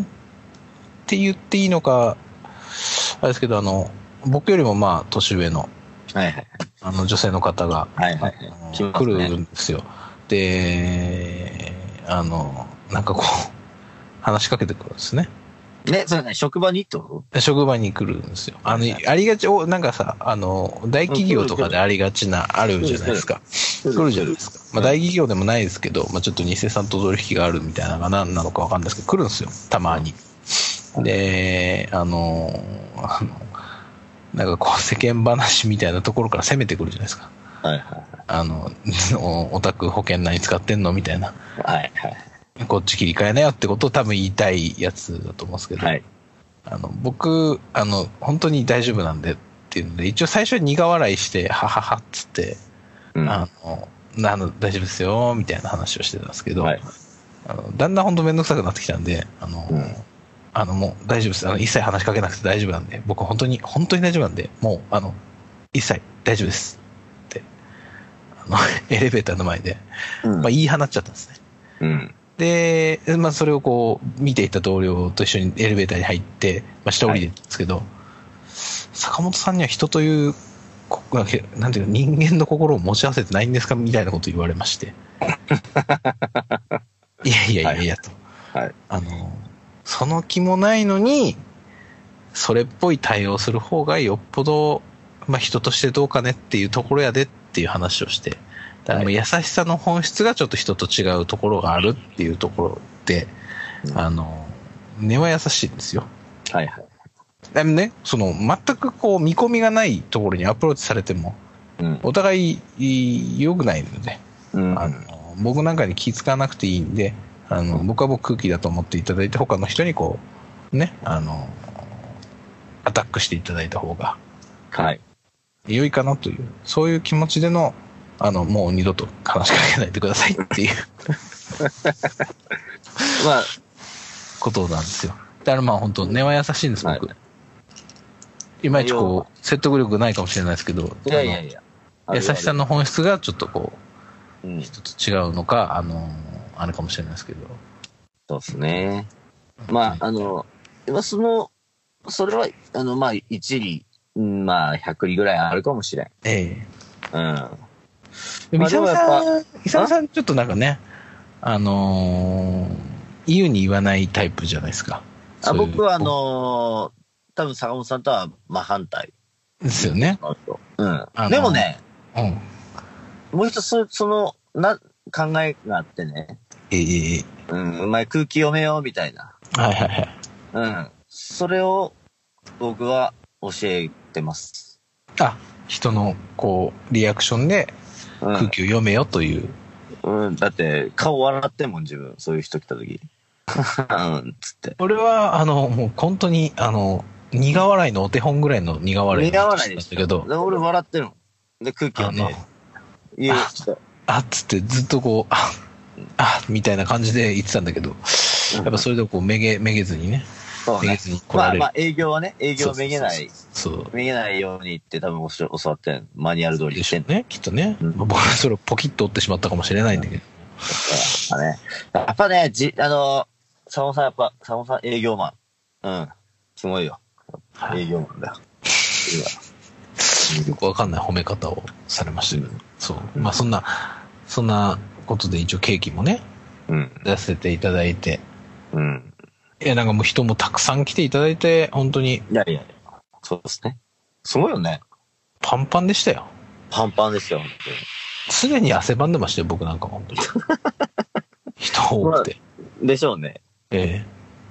Speaker 2: て言っていいのか、あれですけど、あの、僕よりもまあ、年上の、
Speaker 4: はいはい。
Speaker 2: あの、女性の方が、
Speaker 4: はいはい
Speaker 2: あの
Speaker 4: 来ます
Speaker 2: 来
Speaker 4: ね
Speaker 2: るんですよ。で、あの、なんかこう、話しかけてくるんですね。
Speaker 4: ね、それね、職場にってこ
Speaker 2: 職場に来るんですよ。あの、ありがち、お、なんかさ、あの、大企業とかでありがちな、あるじゃないですか。
Speaker 4: と
Speaker 2: 来るじゃないですか。まあ、大企業でもないですけど、まあ、ちょっと偽さんと取引があるみたいなのが何なのかわかんないですけど、来るんですよ。たまに。で、あの、あのなんかこう、世間話みたいなところから攻めてくるじゃないですか。
Speaker 4: はいは
Speaker 2: あの、 (laughs) おオタク保険何使ってんのみたいな。
Speaker 4: い。はいはい。
Speaker 2: こっち切り替えなよってことを多分言いたいやつだと思うんですけど。
Speaker 4: はい。
Speaker 2: あの、僕、あの、本当に大丈夫なんでっていうので、一応最初に苦笑いして、はははっつって、
Speaker 4: うん
Speaker 2: あの、なの大丈夫ですよ、みたいな話をしてたんですけど、
Speaker 4: はい
Speaker 2: あのだんだん本当めんどくさくなってきたんで、あの、
Speaker 4: うん
Speaker 2: あの、もう大丈夫です。あの、一切話しかけなくて大丈夫なんで、僕本当に、本当に大丈夫なんで、もう、あの、一切大丈夫ですって、あの、 (laughs) エレベーターの前で、
Speaker 4: うん
Speaker 2: まあ言い放っちゃったんですね。
Speaker 4: うん。
Speaker 2: で、まあ、それをこう、見ていた同僚と一緒にエレベーターに入って、まあ、下降りてですけど、坂本さんには人という、こなんかなんていうか、人間の心を持ち合わせてないんですかみたいなこと言われま
Speaker 4: (laughs)
Speaker 2: して。いやいやいやいやと。
Speaker 4: はい
Speaker 2: あの、その気もないのに、それっぽい対応する方がよっぽど、まあ、人としてどうかねっていうところやでっていう話をして、だからもう優しさの本質がちょっと人と違うところがあるっていうところで、
Speaker 4: うん
Speaker 2: あの、根は優しいんですよ。
Speaker 4: はいはい。
Speaker 2: でもね、その、全くこう、見込みがないところにアプローチされても、
Speaker 4: うん。
Speaker 2: お互いい良くないので、
Speaker 4: うん。
Speaker 2: あの僕なんかに気使わなくていいんで、あの、僕は僕空気だと思っていただいて、他の人にこう、ね、あの、アタックしていただいた方が
Speaker 4: はい。
Speaker 2: 良いかなという、そういう気持ちでの、あの、もう二度と話しかけないでくださいっていう。
Speaker 4: まあ、
Speaker 2: ことなんですよ。だからまあ本当、根は優しいんです、僕。、
Speaker 4: はい
Speaker 2: まいちこう、説得力ないかもしれないですけど、
Speaker 4: いやいやいや。
Speaker 2: あの優しさの本質がちょっとこ
Speaker 4: あるある。うん。
Speaker 2: う、人と違うのか、あのー、あれかもしれないですけど。
Speaker 4: そうですね。まあ、あの、まあ、その、それは、あの、まあ、一理、うんまあ、100理ぐらいあるかもしれん。
Speaker 2: え
Speaker 4: うん。
Speaker 2: え。で
Speaker 4: ま
Speaker 2: も、イ
Speaker 4: あ
Speaker 2: サム
Speaker 4: でも
Speaker 2: さん、イサムさんちょっとなんかね、あのー、言うに言わないタイプじゃないですか。
Speaker 4: あ
Speaker 2: そういう
Speaker 4: 僕は、あ、のー多分坂本さんとは真反対。
Speaker 2: ですよね。
Speaker 4: うん
Speaker 2: あの。ー
Speaker 4: でもね、
Speaker 2: うん。
Speaker 4: もう一つ、そその、な、考えがあってね、
Speaker 2: ええ
Speaker 4: うん、うまい空気読めよ、みたいな。
Speaker 2: はいはいはい。
Speaker 4: うん。それを、僕は教えてます。
Speaker 2: あ、人の、こう、リアクションで
Speaker 4: う
Speaker 2: 空
Speaker 4: ん。
Speaker 2: 気を読めよという。
Speaker 4: うん、だって、顔笑ってんもん、自分。そういう人来た時。 (laughs) うん、つって。
Speaker 2: 俺は、あの、もう本当に、あの、苦笑いのお手本ぐらいの苦笑い
Speaker 4: 苦
Speaker 2: の
Speaker 4: 笑いで
Speaker 2: だ
Speaker 4: し
Speaker 2: けど、
Speaker 4: で俺笑ってるの。で、空気
Speaker 2: あ
Speaker 4: 読
Speaker 2: の
Speaker 4: め、。言う人。
Speaker 2: あっつってずっとこう、ああみたいな感じで言ってたんだけど、やっぱそれでこう、めげ、めげずにね、
Speaker 4: そう
Speaker 2: めげ
Speaker 4: ね。
Speaker 2: ずに来
Speaker 4: ま
Speaker 2: ら
Speaker 4: あ
Speaker 2: れる。
Speaker 4: まあ、営業はね、営業めげな
Speaker 2: そ
Speaker 4: い。
Speaker 2: そう。
Speaker 4: 見えないようにって多分おし教わってんマニュアル通り
Speaker 2: で
Speaker 4: にし
Speaker 2: してょ
Speaker 4: ん
Speaker 2: うね、きっとね。
Speaker 4: うん
Speaker 2: 僕はそれをポキッと折ってしまったかもしれないんだけど。
Speaker 4: だ
Speaker 2: (laughs)
Speaker 4: ね。やっぱね、じ、あのー、佐野さんやっぱ、佐野さん営業マン。うん。すごいよ。営業マン
Speaker 2: (laughs)
Speaker 4: だよ。
Speaker 2: よくわかんない褒め方をされましたけど、そう。まあそんな、そんなことで一応ケーキもね、
Speaker 4: うん。
Speaker 2: 出させていただいて、
Speaker 4: うん。
Speaker 2: いや、なんかもう人もたくさん来ていただいて、本当に
Speaker 4: いやいやいやそうですね。すごいよね。
Speaker 2: パンパンでしたよ。
Speaker 4: パンパンですよ、本
Speaker 2: 常に汗ばんでましたよ、僕なんか本 (laughs) 当に。人多くて。
Speaker 4: 当に。でしょうね。
Speaker 2: え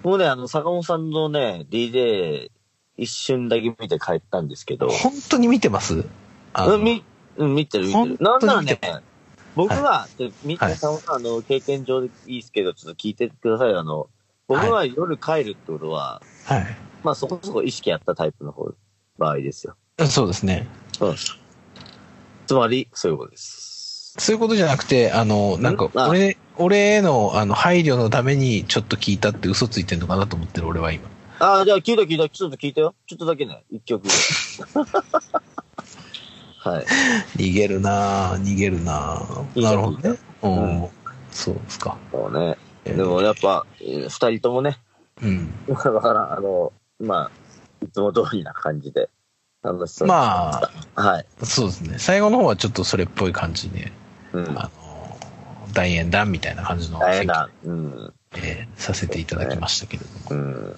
Speaker 4: もうね、あの、坂本さんのね、DJ、一瞬だけ見て帰ったんですけ
Speaker 2: え
Speaker 4: ど。
Speaker 2: 本当に見てますあ
Speaker 4: う
Speaker 2: の
Speaker 4: ん、み、うん、見てる、見てる。な
Speaker 2: 本
Speaker 4: んな
Speaker 2: 当
Speaker 4: ら
Speaker 2: に見
Speaker 4: ね
Speaker 2: てる、
Speaker 4: 僕は、でみ
Speaker 2: はい
Speaker 4: さんは、あの、経験上でいいですけど、ちょっと聞いてください。あの、僕は夜帰るってことは、
Speaker 2: はい。
Speaker 4: まあそこそこ意識あったタイプの方、場合ですよ。
Speaker 2: そうですね。
Speaker 4: つまり、そういうことです。
Speaker 2: そういうことじゃなくて、あの、なんか
Speaker 4: ん、あ
Speaker 2: 俺、俺への、あの、配慮のためにちょっと聞いたって嘘ついてんのかなと思ってる、俺は今。
Speaker 4: ああ、じゃあ聞いた聞いた、ちょっと聞いたよ。ちょっとだけね、一曲
Speaker 2: (laughs)
Speaker 4: ぐらい。はい。
Speaker 2: 逃げるなぁ、逃げるなぁ。
Speaker 4: いいよ
Speaker 2: なるほどね。う
Speaker 4: よ
Speaker 2: ん。そうですか。
Speaker 4: そうね。
Speaker 2: ええ
Speaker 4: でもやっぱ、えー二人ともね、 (laughs)
Speaker 2: うん。
Speaker 4: だから、あの、まあ、いつも通りな感じで、楽しそう。
Speaker 2: まあ、
Speaker 4: あ、はい。
Speaker 2: そうですね。最後の方はちょっとそれっぽい感じで、
Speaker 4: うん。
Speaker 2: あの、大演談みたいな感じの
Speaker 4: 大変だ。うん。
Speaker 2: えーさせていただきましたけれども。
Speaker 4: うん。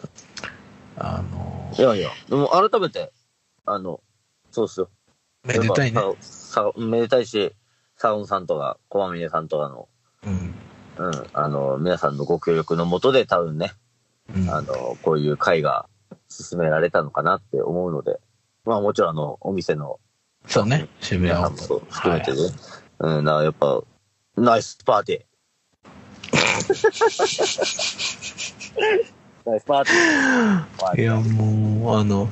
Speaker 2: あの、
Speaker 4: いやいや、でも改めて、あの、そうっすよ。
Speaker 2: めでたいね
Speaker 4: や。っぱささめでたいし、サウンさんとか、コマミネさんとかの、
Speaker 2: うん。
Speaker 4: うん、あの、皆さんのご協力のもとで多分ね、
Speaker 2: うん
Speaker 4: あの、こういう会が進められたのかなって思うので、まあもちろんあの、お店の
Speaker 2: そうね、渋
Speaker 4: 皆
Speaker 2: 谷は
Speaker 4: さんもそう含めてね、うん、な、やっぱ、ナイスパーティー。ナイスパーティ
Speaker 2: い
Speaker 4: ー。
Speaker 2: や、もう、あの、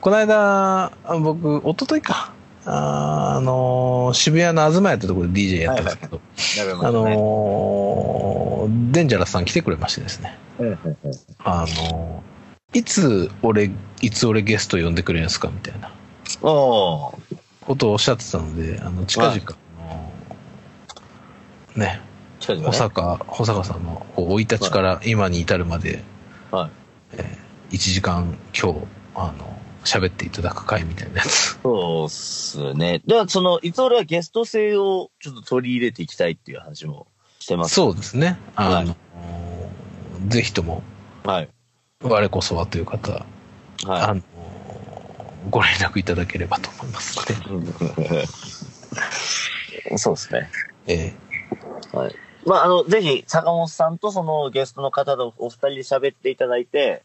Speaker 2: この間、あ僕、一昨日か、あーあのー、渋谷の東屋ってところで DJ やったんですけど、
Speaker 4: 鍋も
Speaker 2: あ
Speaker 4: ね
Speaker 2: のー、デンジャラスさん来てくれましてですね、
Speaker 4: うんうんうん
Speaker 2: あのー、いつ俺、いつ俺ゲスト呼んでくれるんですかみたいな
Speaker 4: おー
Speaker 2: ことをおっしゃってたので、あの、近々、あのーね、
Speaker 4: 近々
Speaker 2: 保
Speaker 4: ね
Speaker 2: 坂、保坂さんのこう生い立ちから今に至るまで、
Speaker 4: はい
Speaker 2: えー、1時間今日、あの、喋っていただく回みたいなやつ。
Speaker 4: そうっすね。では、その、いつ俺はゲスト性をちょっと取り入れていきたいっていう話もしてます。
Speaker 2: そうですね。あの、
Speaker 4: は
Speaker 2: ぜひとも、
Speaker 4: はい。
Speaker 2: 我こそはという方、あ
Speaker 4: は
Speaker 2: の、ご連絡いただければと思いますので、
Speaker 4: い。 (laughs) そうですね。
Speaker 2: え
Speaker 4: まあ、あの、ぜひ、坂本さんとそのゲストの方とお二人で喋っていただいて、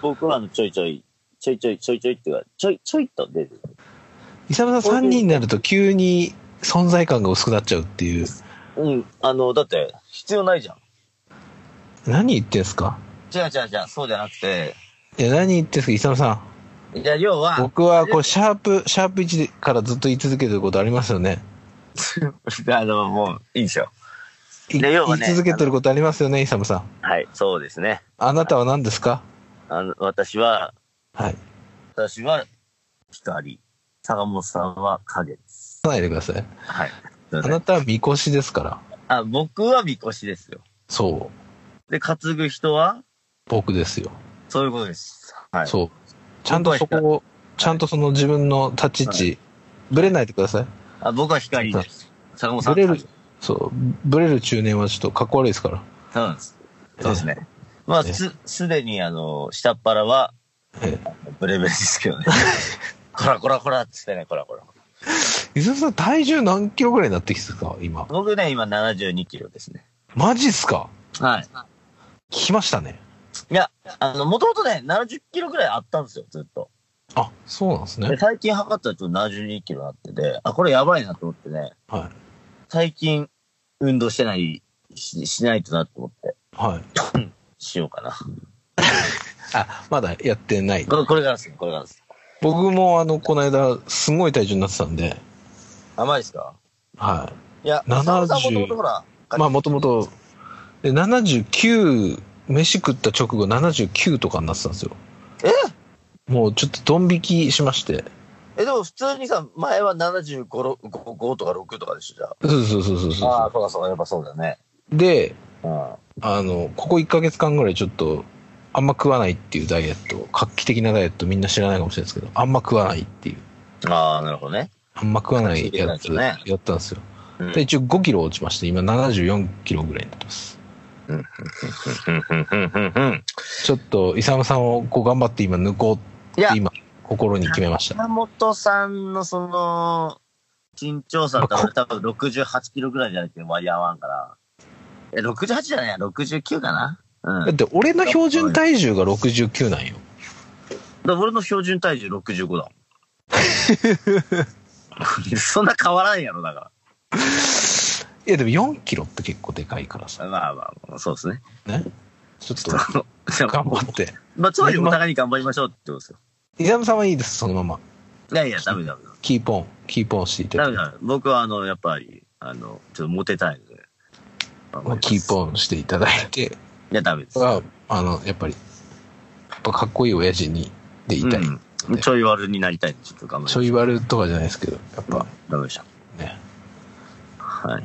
Speaker 4: 僕はあの、ちょいちょい、ちょいちょい、ちょいちょいっていうか、ちょい、ちょいと出る。
Speaker 2: ー、イサムさん3人になると急に存在感が薄くなっちゃうっていう、
Speaker 4: うん。あの、だって、必要ないじゃん。
Speaker 2: 何言ってんすか
Speaker 4: 違う違う違う、そうじゃなくて、
Speaker 2: いや、何言ってんすか、イサムさん。
Speaker 4: じゃあ、要は、
Speaker 2: 僕はこう、シャープ、シャープ1からずっと言い続けてることありますよね。
Speaker 4: (laughs) あの、もう、いいでしょ。
Speaker 2: い
Speaker 4: で要はね
Speaker 2: 言い続けてることありますよね、イサムさん。
Speaker 4: はい、そうですね。
Speaker 2: あなたは何ですか
Speaker 4: あの、私は、
Speaker 2: はい。
Speaker 4: 私は光、坂本さんは影です。
Speaker 2: さないでください。
Speaker 4: はい。
Speaker 2: あなたはみこしですから。
Speaker 4: あ、僕はみこしですよ。
Speaker 2: そう。
Speaker 4: で、担ぐ人は、
Speaker 2: 僕ですよ。
Speaker 4: そういうことです。はい。
Speaker 2: そう。ちゃんとそこを、ちゃんとその自分の立ち位置、ぶれないでください。
Speaker 4: あ僕は光です。坂本さん
Speaker 2: ぶ
Speaker 4: は
Speaker 2: れ
Speaker 4: 影。
Speaker 2: る、そう、ぶれる中年はちょっとかっこ悪いですから。
Speaker 4: そうなんです。そうですね。まあ、
Speaker 2: ええ
Speaker 4: す、すでに、あの、下っ腹は、
Speaker 2: え
Speaker 4: ブレブレですけ
Speaker 2: (laughs)
Speaker 4: どね。こらこらこらっつってね、こらこら。
Speaker 2: え。伊沢さん、体重何キロぐらいになってきてるか、今。
Speaker 4: 僕ね、今72キロですね。
Speaker 2: マジっすか
Speaker 4: はい。
Speaker 2: 来ましたね。
Speaker 4: いや、あの、もともとね、70キロぐらいあったんですよ、ずっと。
Speaker 2: あ、そうなんです
Speaker 4: で、
Speaker 2: ね。
Speaker 4: 最近測ったらちょっと72キロになってて、あ、これやばいなと思ってね、
Speaker 2: は
Speaker 4: 最近運動してないし、しないとなと思って、
Speaker 2: い。はい。
Speaker 4: しようかな。
Speaker 2: あ、まだやってない。
Speaker 4: これ、これからですね、これからです。
Speaker 2: 僕も、あの、この間、すごい体重になってたんで、
Speaker 4: 甘いですか
Speaker 2: はい。
Speaker 4: いや、
Speaker 2: 70
Speaker 4: 坂本さんもともとほら、
Speaker 2: まあもともと、で79、飯食った直後79とかになってたんですよ。もうちょっとドン引きしまして。
Speaker 4: え、でも普通にさ、前は75、5とか6とかでしょ、じゃ
Speaker 2: そうそうそうそう
Speaker 4: あ。
Speaker 2: そ
Speaker 4: ああ、そうかそうか、やっぱそうだよね。
Speaker 2: う。で、
Speaker 4: うん。
Speaker 2: あの、ここ1ヶ月間ぐらいちょっと、あんま食わないっていうダイエット、画期的なダイエットみんな知らないかもしれないですけど、あんま食わないっていう、
Speaker 4: ああ、なるほどね。
Speaker 2: あんま食わないや
Speaker 4: 画期
Speaker 2: つ
Speaker 4: 的なやつ
Speaker 2: やったんですよ。
Speaker 4: うん
Speaker 2: で、一応5キロ落ちまして、今74キロぐらいになってます。ちょっと、イサムさんをこう頑張って今抜こう
Speaker 4: い
Speaker 2: っ
Speaker 4: や
Speaker 2: て、今、心に決めました。
Speaker 4: 山本さんのその、身長差と多分68キロぐらいじゃないと割り合わんから。え、68じゃないや、69かなうん。
Speaker 2: だ
Speaker 4: だ
Speaker 2: って俺の標準体重が69なんよ。
Speaker 4: 俺の標準体重65だもん。そんな変わらんやろ、だか
Speaker 2: いやでも4キロって結構でかいからさ。
Speaker 4: ら。まあまあ、そうですね。
Speaker 2: ね。ちょっと
Speaker 4: あのじゃあ
Speaker 2: 頑張って。
Speaker 4: まあ、つまりお互いに頑張りましょうってことですよ。
Speaker 2: イザムさんはいいです、そのまま。
Speaker 4: いやいや、ダメダメダメ。
Speaker 2: キーポン、キーポンしていた
Speaker 4: ダ
Speaker 2: だ
Speaker 4: メダメ。僕は、あの、やっぱり、あの、ちょっとモテたいので。
Speaker 2: いて、キーポンしていただいて、
Speaker 4: いや、ダメです。
Speaker 2: はあの、やっぱり、やっぱかっこいい親父に、でいたい。
Speaker 4: うん、ちょい悪になりたいんで、ちょっと頑張りま
Speaker 2: ち
Speaker 4: しょ
Speaker 2: ょ
Speaker 4: う
Speaker 2: い悪とかじゃないですけど、やっぱ
Speaker 4: ダメでした。
Speaker 2: ね、
Speaker 4: はい。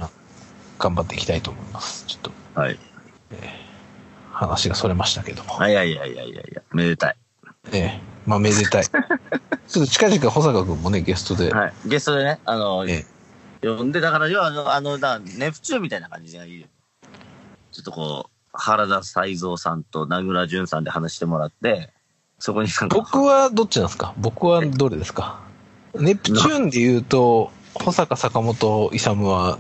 Speaker 2: 頑張っていきたいと思います。ちょっと
Speaker 4: はい。
Speaker 2: 話がそれましたけども。
Speaker 4: あいやいやいやいやいや、めでたい。
Speaker 2: ええ。まあ、めで
Speaker 4: (laughs)
Speaker 2: たい。ちょっと近々保坂君もね、ゲストで、
Speaker 4: はい。ゲストでね、あの、
Speaker 2: え
Speaker 4: 呼んで、だから、要はあの、あの、だネプチューンみたいな感じがいいよ。ちょっとこう、原田斎蔵さんと名倉淳さんで話してもらって、
Speaker 2: え
Speaker 4: そこになんか、
Speaker 2: 僕はどっちなんですか僕はどれですかネプチューンで言うと、保坂、坂本、勇は、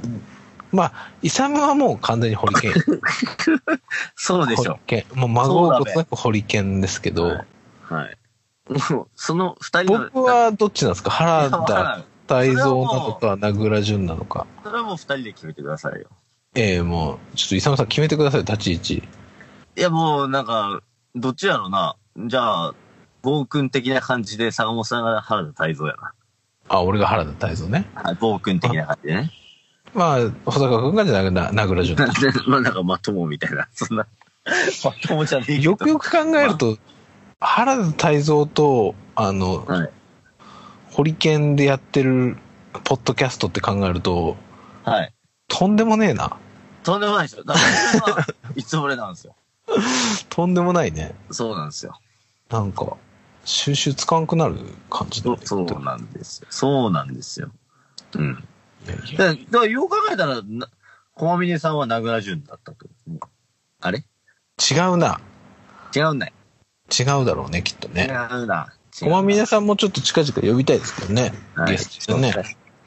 Speaker 2: まあ、勇はもう完全にホリケン。
Speaker 4: そう (laughs) で
Speaker 2: ホ
Speaker 4: し
Speaker 2: リ
Speaker 4: ょ。
Speaker 2: ケン。もう孫をことなくホリケンですけど、
Speaker 4: はいはい。もう、その二人の、
Speaker 2: 僕はどっちなんですか原
Speaker 4: (laughs) わから
Speaker 2: 田
Speaker 4: ん
Speaker 2: 泰造なのか、名倉潤なのか。
Speaker 4: それはもう二人で決めてくださいよ。
Speaker 2: ええもう、ちょっと勇さん決めてください、立ち位置。
Speaker 4: いや、もう、なんか、どっちやろな。じゃあ、暴君的な感じで坂本さんが原田泰造やな。
Speaker 2: あ、俺が原田泰造ね。
Speaker 4: はい、暴君的な感じでね。 (laughs)
Speaker 2: まあ、保坂君がじゃなく、名倉潤。
Speaker 4: なんでまあ、なんか、まともみたいな。そんな、まともじゃねえけど
Speaker 2: よくよく考えると、原田泰造と、あの、
Speaker 4: はい
Speaker 2: ホリケンでやってるポッドキャストって考えると、
Speaker 4: はい。
Speaker 2: とんでもねえな。
Speaker 4: とんでもないでしょ。だから、僕はいつもれなんですよ。
Speaker 2: とんでもないね。
Speaker 4: そうなんですよ。
Speaker 2: なんか、収集つかんくなる感じだ
Speaker 4: そ
Speaker 2: ね
Speaker 4: うそうなんですよ。そうなんですよ。うん。
Speaker 2: いやいや
Speaker 4: だから、だからよう考えたら、な駒峰さんは名倉潤だったと。あれ
Speaker 2: 違うな。
Speaker 4: 違うんない。
Speaker 2: 違うだろうね、きっと
Speaker 4: 違
Speaker 2: ね。
Speaker 4: うな。
Speaker 2: 駒
Speaker 4: 違う
Speaker 2: 峰さんもちょっと近々呼びたいですけどね。
Speaker 4: な
Speaker 2: ゲストですよね。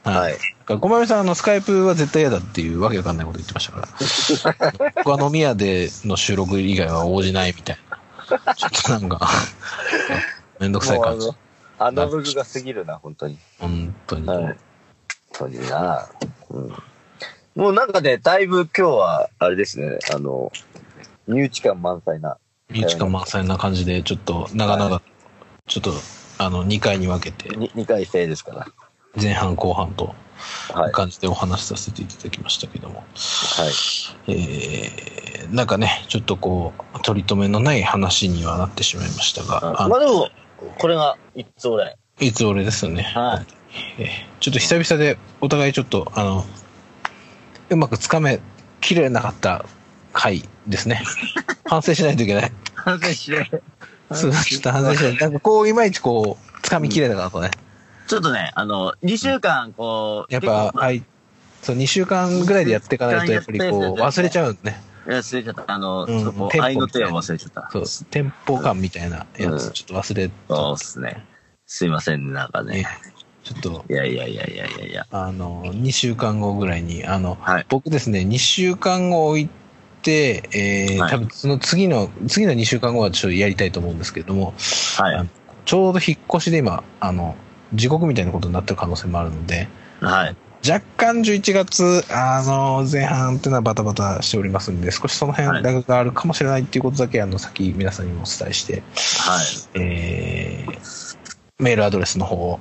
Speaker 4: は
Speaker 2: はいい。。だから駒見さん、あの、スカイプは絶対嫌だっていうわけわかんないこと言ってました
Speaker 4: (laughs)
Speaker 2: から。僕は飲み屋での収録以外は応じないみたいな。ちょっとなん
Speaker 4: (laughs)
Speaker 2: か、めんどくさい感じ。
Speaker 4: もうあの、アナログが過ぎるな、本当に。
Speaker 2: 本当に。
Speaker 4: はい。本当にな。うん。もうなんかね、だいぶ今日は、あれですね、あの、身内感満載な。
Speaker 2: 身内感満載な感じで、ちょっと、長々、ちょっと、あの、2回に分けて、
Speaker 4: に二回生ですから。
Speaker 2: 前半後半と、
Speaker 4: はい。
Speaker 2: 感じでお話しさせていただきましたけども。
Speaker 4: はい。
Speaker 2: えー、なんかね、ちょっとこう、取り留めのない話にはなってしまいましたが、あ
Speaker 4: まあでも、これが一つらい。
Speaker 2: いつ俺ですよね。
Speaker 4: (laughs) はい。
Speaker 2: えーちょっと久々でお互いちょっとあのうまくつかめきれなかった回です
Speaker 4: (laughs)
Speaker 2: ね反省しないといけない
Speaker 4: 完成しない。
Speaker 2: そう (laughs) ちょっと反省しないなんかこういまいちこうつかみきれなかったね、
Speaker 4: ちょっとね、あの、2週間、こう、
Speaker 2: やっぱ
Speaker 4: 結構
Speaker 2: はいそう2週間ぐらいでやっていかないとやっぱりこ
Speaker 4: や
Speaker 2: う
Speaker 4: ってやって
Speaker 2: 忘れちゃうんね
Speaker 4: 忘れちゃった。あの、
Speaker 2: うん
Speaker 4: ちょっとこ
Speaker 2: テン
Speaker 4: う、
Speaker 2: ポ
Speaker 4: 愛の手を忘れちゃった。
Speaker 2: そうテンポ感みたいなやつちょっと忘れ
Speaker 4: そうっすね。すいませんね、なんか
Speaker 2: ね
Speaker 4: ね。
Speaker 2: ちょっと
Speaker 4: いやいやいやいやいやいや。
Speaker 2: あの2週間後ぐらいにあの、
Speaker 4: はい
Speaker 2: 僕ですね2週間後置いて、えー
Speaker 4: はい
Speaker 2: 多分その次の次の2週間後はちょっとやりたいと思うんですけれども
Speaker 4: はい。
Speaker 2: ちょうど引っ越しで今あの地獄みたいなことになってる可能性もあるので
Speaker 4: はい。
Speaker 2: 若干11月あの前半っていうのはバタバタしておりますんで少しその
Speaker 4: は
Speaker 2: 辺
Speaker 4: い
Speaker 2: ラグがあるかもしれないっていうことだけあの先皆さんにもお伝えして、
Speaker 4: はい。
Speaker 2: えーメールアドレスの方を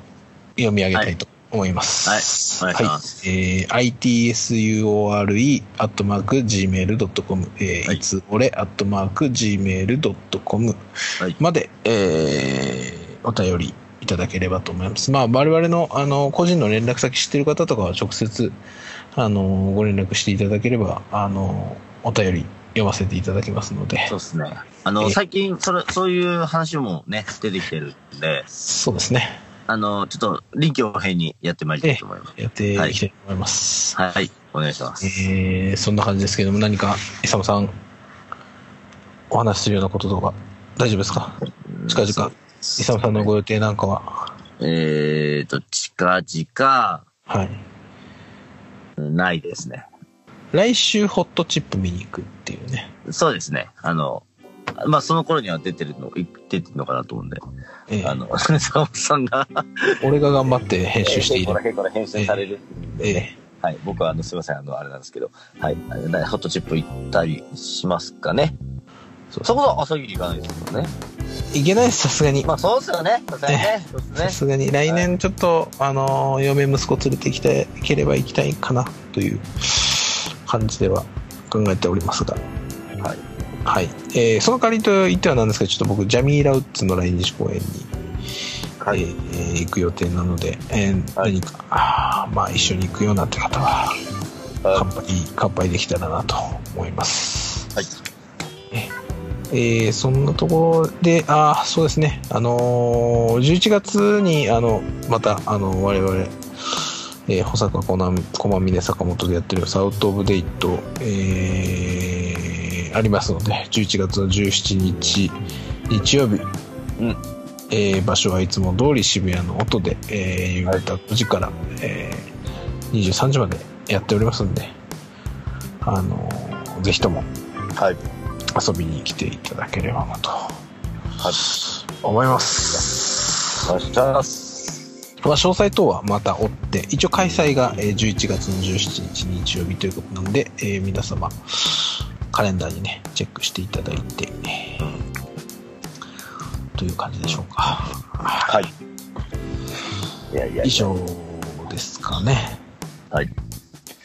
Speaker 2: 読み上げたいと思います。
Speaker 4: はいはいお願いします
Speaker 2: えー itsure.gmail.com、えー
Speaker 4: はい
Speaker 2: い、つ俺 .gmail.com
Speaker 4: はい
Speaker 2: まで、えーお便りいただければと思います。まあ、我々の、あの、個人の連絡先知ってる方とかは直接、あの、ご連絡していただければ、あの、お便り読ませていただきますので
Speaker 4: そ、うっすね。あ
Speaker 2: え
Speaker 4: の、
Speaker 2: え
Speaker 4: 最近、それ、そういう話もね、出てきてるんで、
Speaker 2: そうですね。
Speaker 4: あの、ちょっと、臨機応変にやってまいりたいと思います。
Speaker 2: やっていきたいと思います。
Speaker 4: はい。お願いします。
Speaker 2: えーそんな感じですけども、何か、イサムさん、お話しするようなこととか、大丈夫ですか近々、イサムさんのご予定なんかは、
Speaker 4: えーと、近々、
Speaker 2: はい。
Speaker 4: ないですね。
Speaker 2: 来週、ホットチップ見に行くっていうね。
Speaker 4: そうですね。あの、まあ、その頃には出てるの、い出てるのかなと思うんで、
Speaker 2: えー
Speaker 4: あの、 (laughs) 坂本さんが、
Speaker 2: 俺が頑張って編集してい
Speaker 4: こ
Speaker 2: る
Speaker 4: ら。辺から編集されるんで、
Speaker 2: え
Speaker 4: はい。僕は、あの、すいません、あの、あれなんですけど、はい。あのホットチップ行ったりしますかね。
Speaker 2: そう
Speaker 4: そこは朝霧行かないですよね。
Speaker 2: ーいけないです、さすがに。
Speaker 4: まあ、そうですよね。さすがにね。そう
Speaker 2: さ
Speaker 4: ですね。
Speaker 2: すがに、来年ちょっと、あのー、嫁、息子連れてきていければ行きたいかな、という感じでは考えておりますが。
Speaker 4: はい。
Speaker 2: はい。えーその代わりと言ってはなんですけど、ちょっと僕、ジャミーラウッズの来日公演に、
Speaker 4: はい
Speaker 2: えーえー行く予定なので、えー
Speaker 4: はい
Speaker 2: 何か、あーまあ、一緒に行くようなって方は、
Speaker 4: はい
Speaker 2: 乾杯、乾杯できたらなと思います。
Speaker 4: はい。
Speaker 2: えーそんなところで、あーそうですね、あのー11月に、あの、また、あの、我々、えー、保坂小南駒峰坂本でやってるサウト・オブ・デイト、えーありますので、11月の17日、日曜日
Speaker 4: うん
Speaker 2: えー場所はいつも通り渋谷の音で、えー夕方5時から、えー23時までやっておりますんで、あのーぜひとも
Speaker 4: はい。
Speaker 2: 遊びに来ていただければなと思います。
Speaker 4: お願いします。
Speaker 2: まあ、詳細等はまた追って、一応開催がえー11月の17日日曜日ということなので、えー皆様、カレンダーにね、チェックしていただいて、という感じでしょうか。
Speaker 4: はい。いやいや
Speaker 2: 以。上ですかね。
Speaker 4: はい。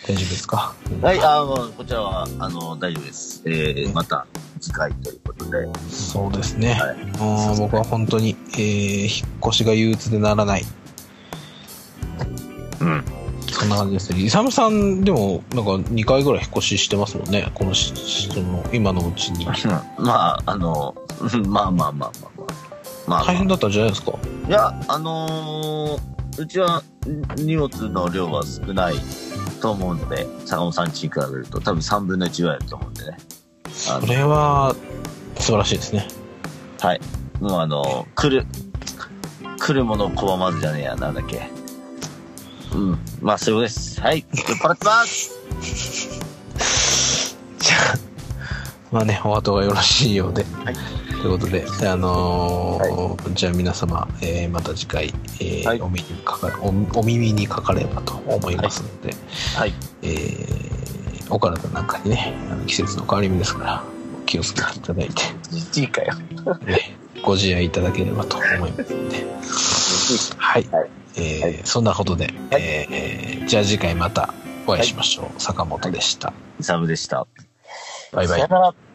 Speaker 2: 大丈夫ですか
Speaker 4: はい、あの、こちらは、あの、大丈夫です。えー、また次回ということで。
Speaker 2: そうですね。
Speaker 4: はい
Speaker 2: あー僕は本当に、えー引っ越しが憂鬱でならない。
Speaker 4: うん。
Speaker 2: そんな感じですね。イサムさん、でも、なんか2回ぐらい引っ越ししてますもんね。このし、その、今のうちに。
Speaker 4: まあ、あの、うんまあまあまあまあまあ。まあ、まあ、
Speaker 2: 大変だったんじゃないですか
Speaker 4: いや、あのーうちはん荷物の量は少ないと思うので、坂本さんちに比べると多分3分の1ぐらいだと思うんでね。あ
Speaker 2: それは、素晴らしいですね。
Speaker 4: のはい。もうあのー来る、来るものを拒まずじゃねえや、なんだっけ。うん。まあ、そういうことです。はい。酔っ払ってます
Speaker 2: じゃあ、まあね、お後がよろしいようで。
Speaker 4: はい
Speaker 2: ということで、あのーじゃあ皆様、えーまた次回、えー
Speaker 4: はい
Speaker 2: お耳にかかれおお耳にかかればと思いますので、
Speaker 4: はい。
Speaker 2: えーお体なんかにね、あの季節の変わり目ですから、気をつけていただ
Speaker 4: (laughs)
Speaker 2: いて、
Speaker 4: じじいかよ。
Speaker 2: ね、ご自愛いただければと思いますので、はい。
Speaker 4: はい
Speaker 2: えー
Speaker 4: はい
Speaker 2: そんなことで、えーじゃあ次回またお会いしましょう。坂本でした。
Speaker 4: イサムでした。
Speaker 2: バイバイ
Speaker 4: さよ。なら。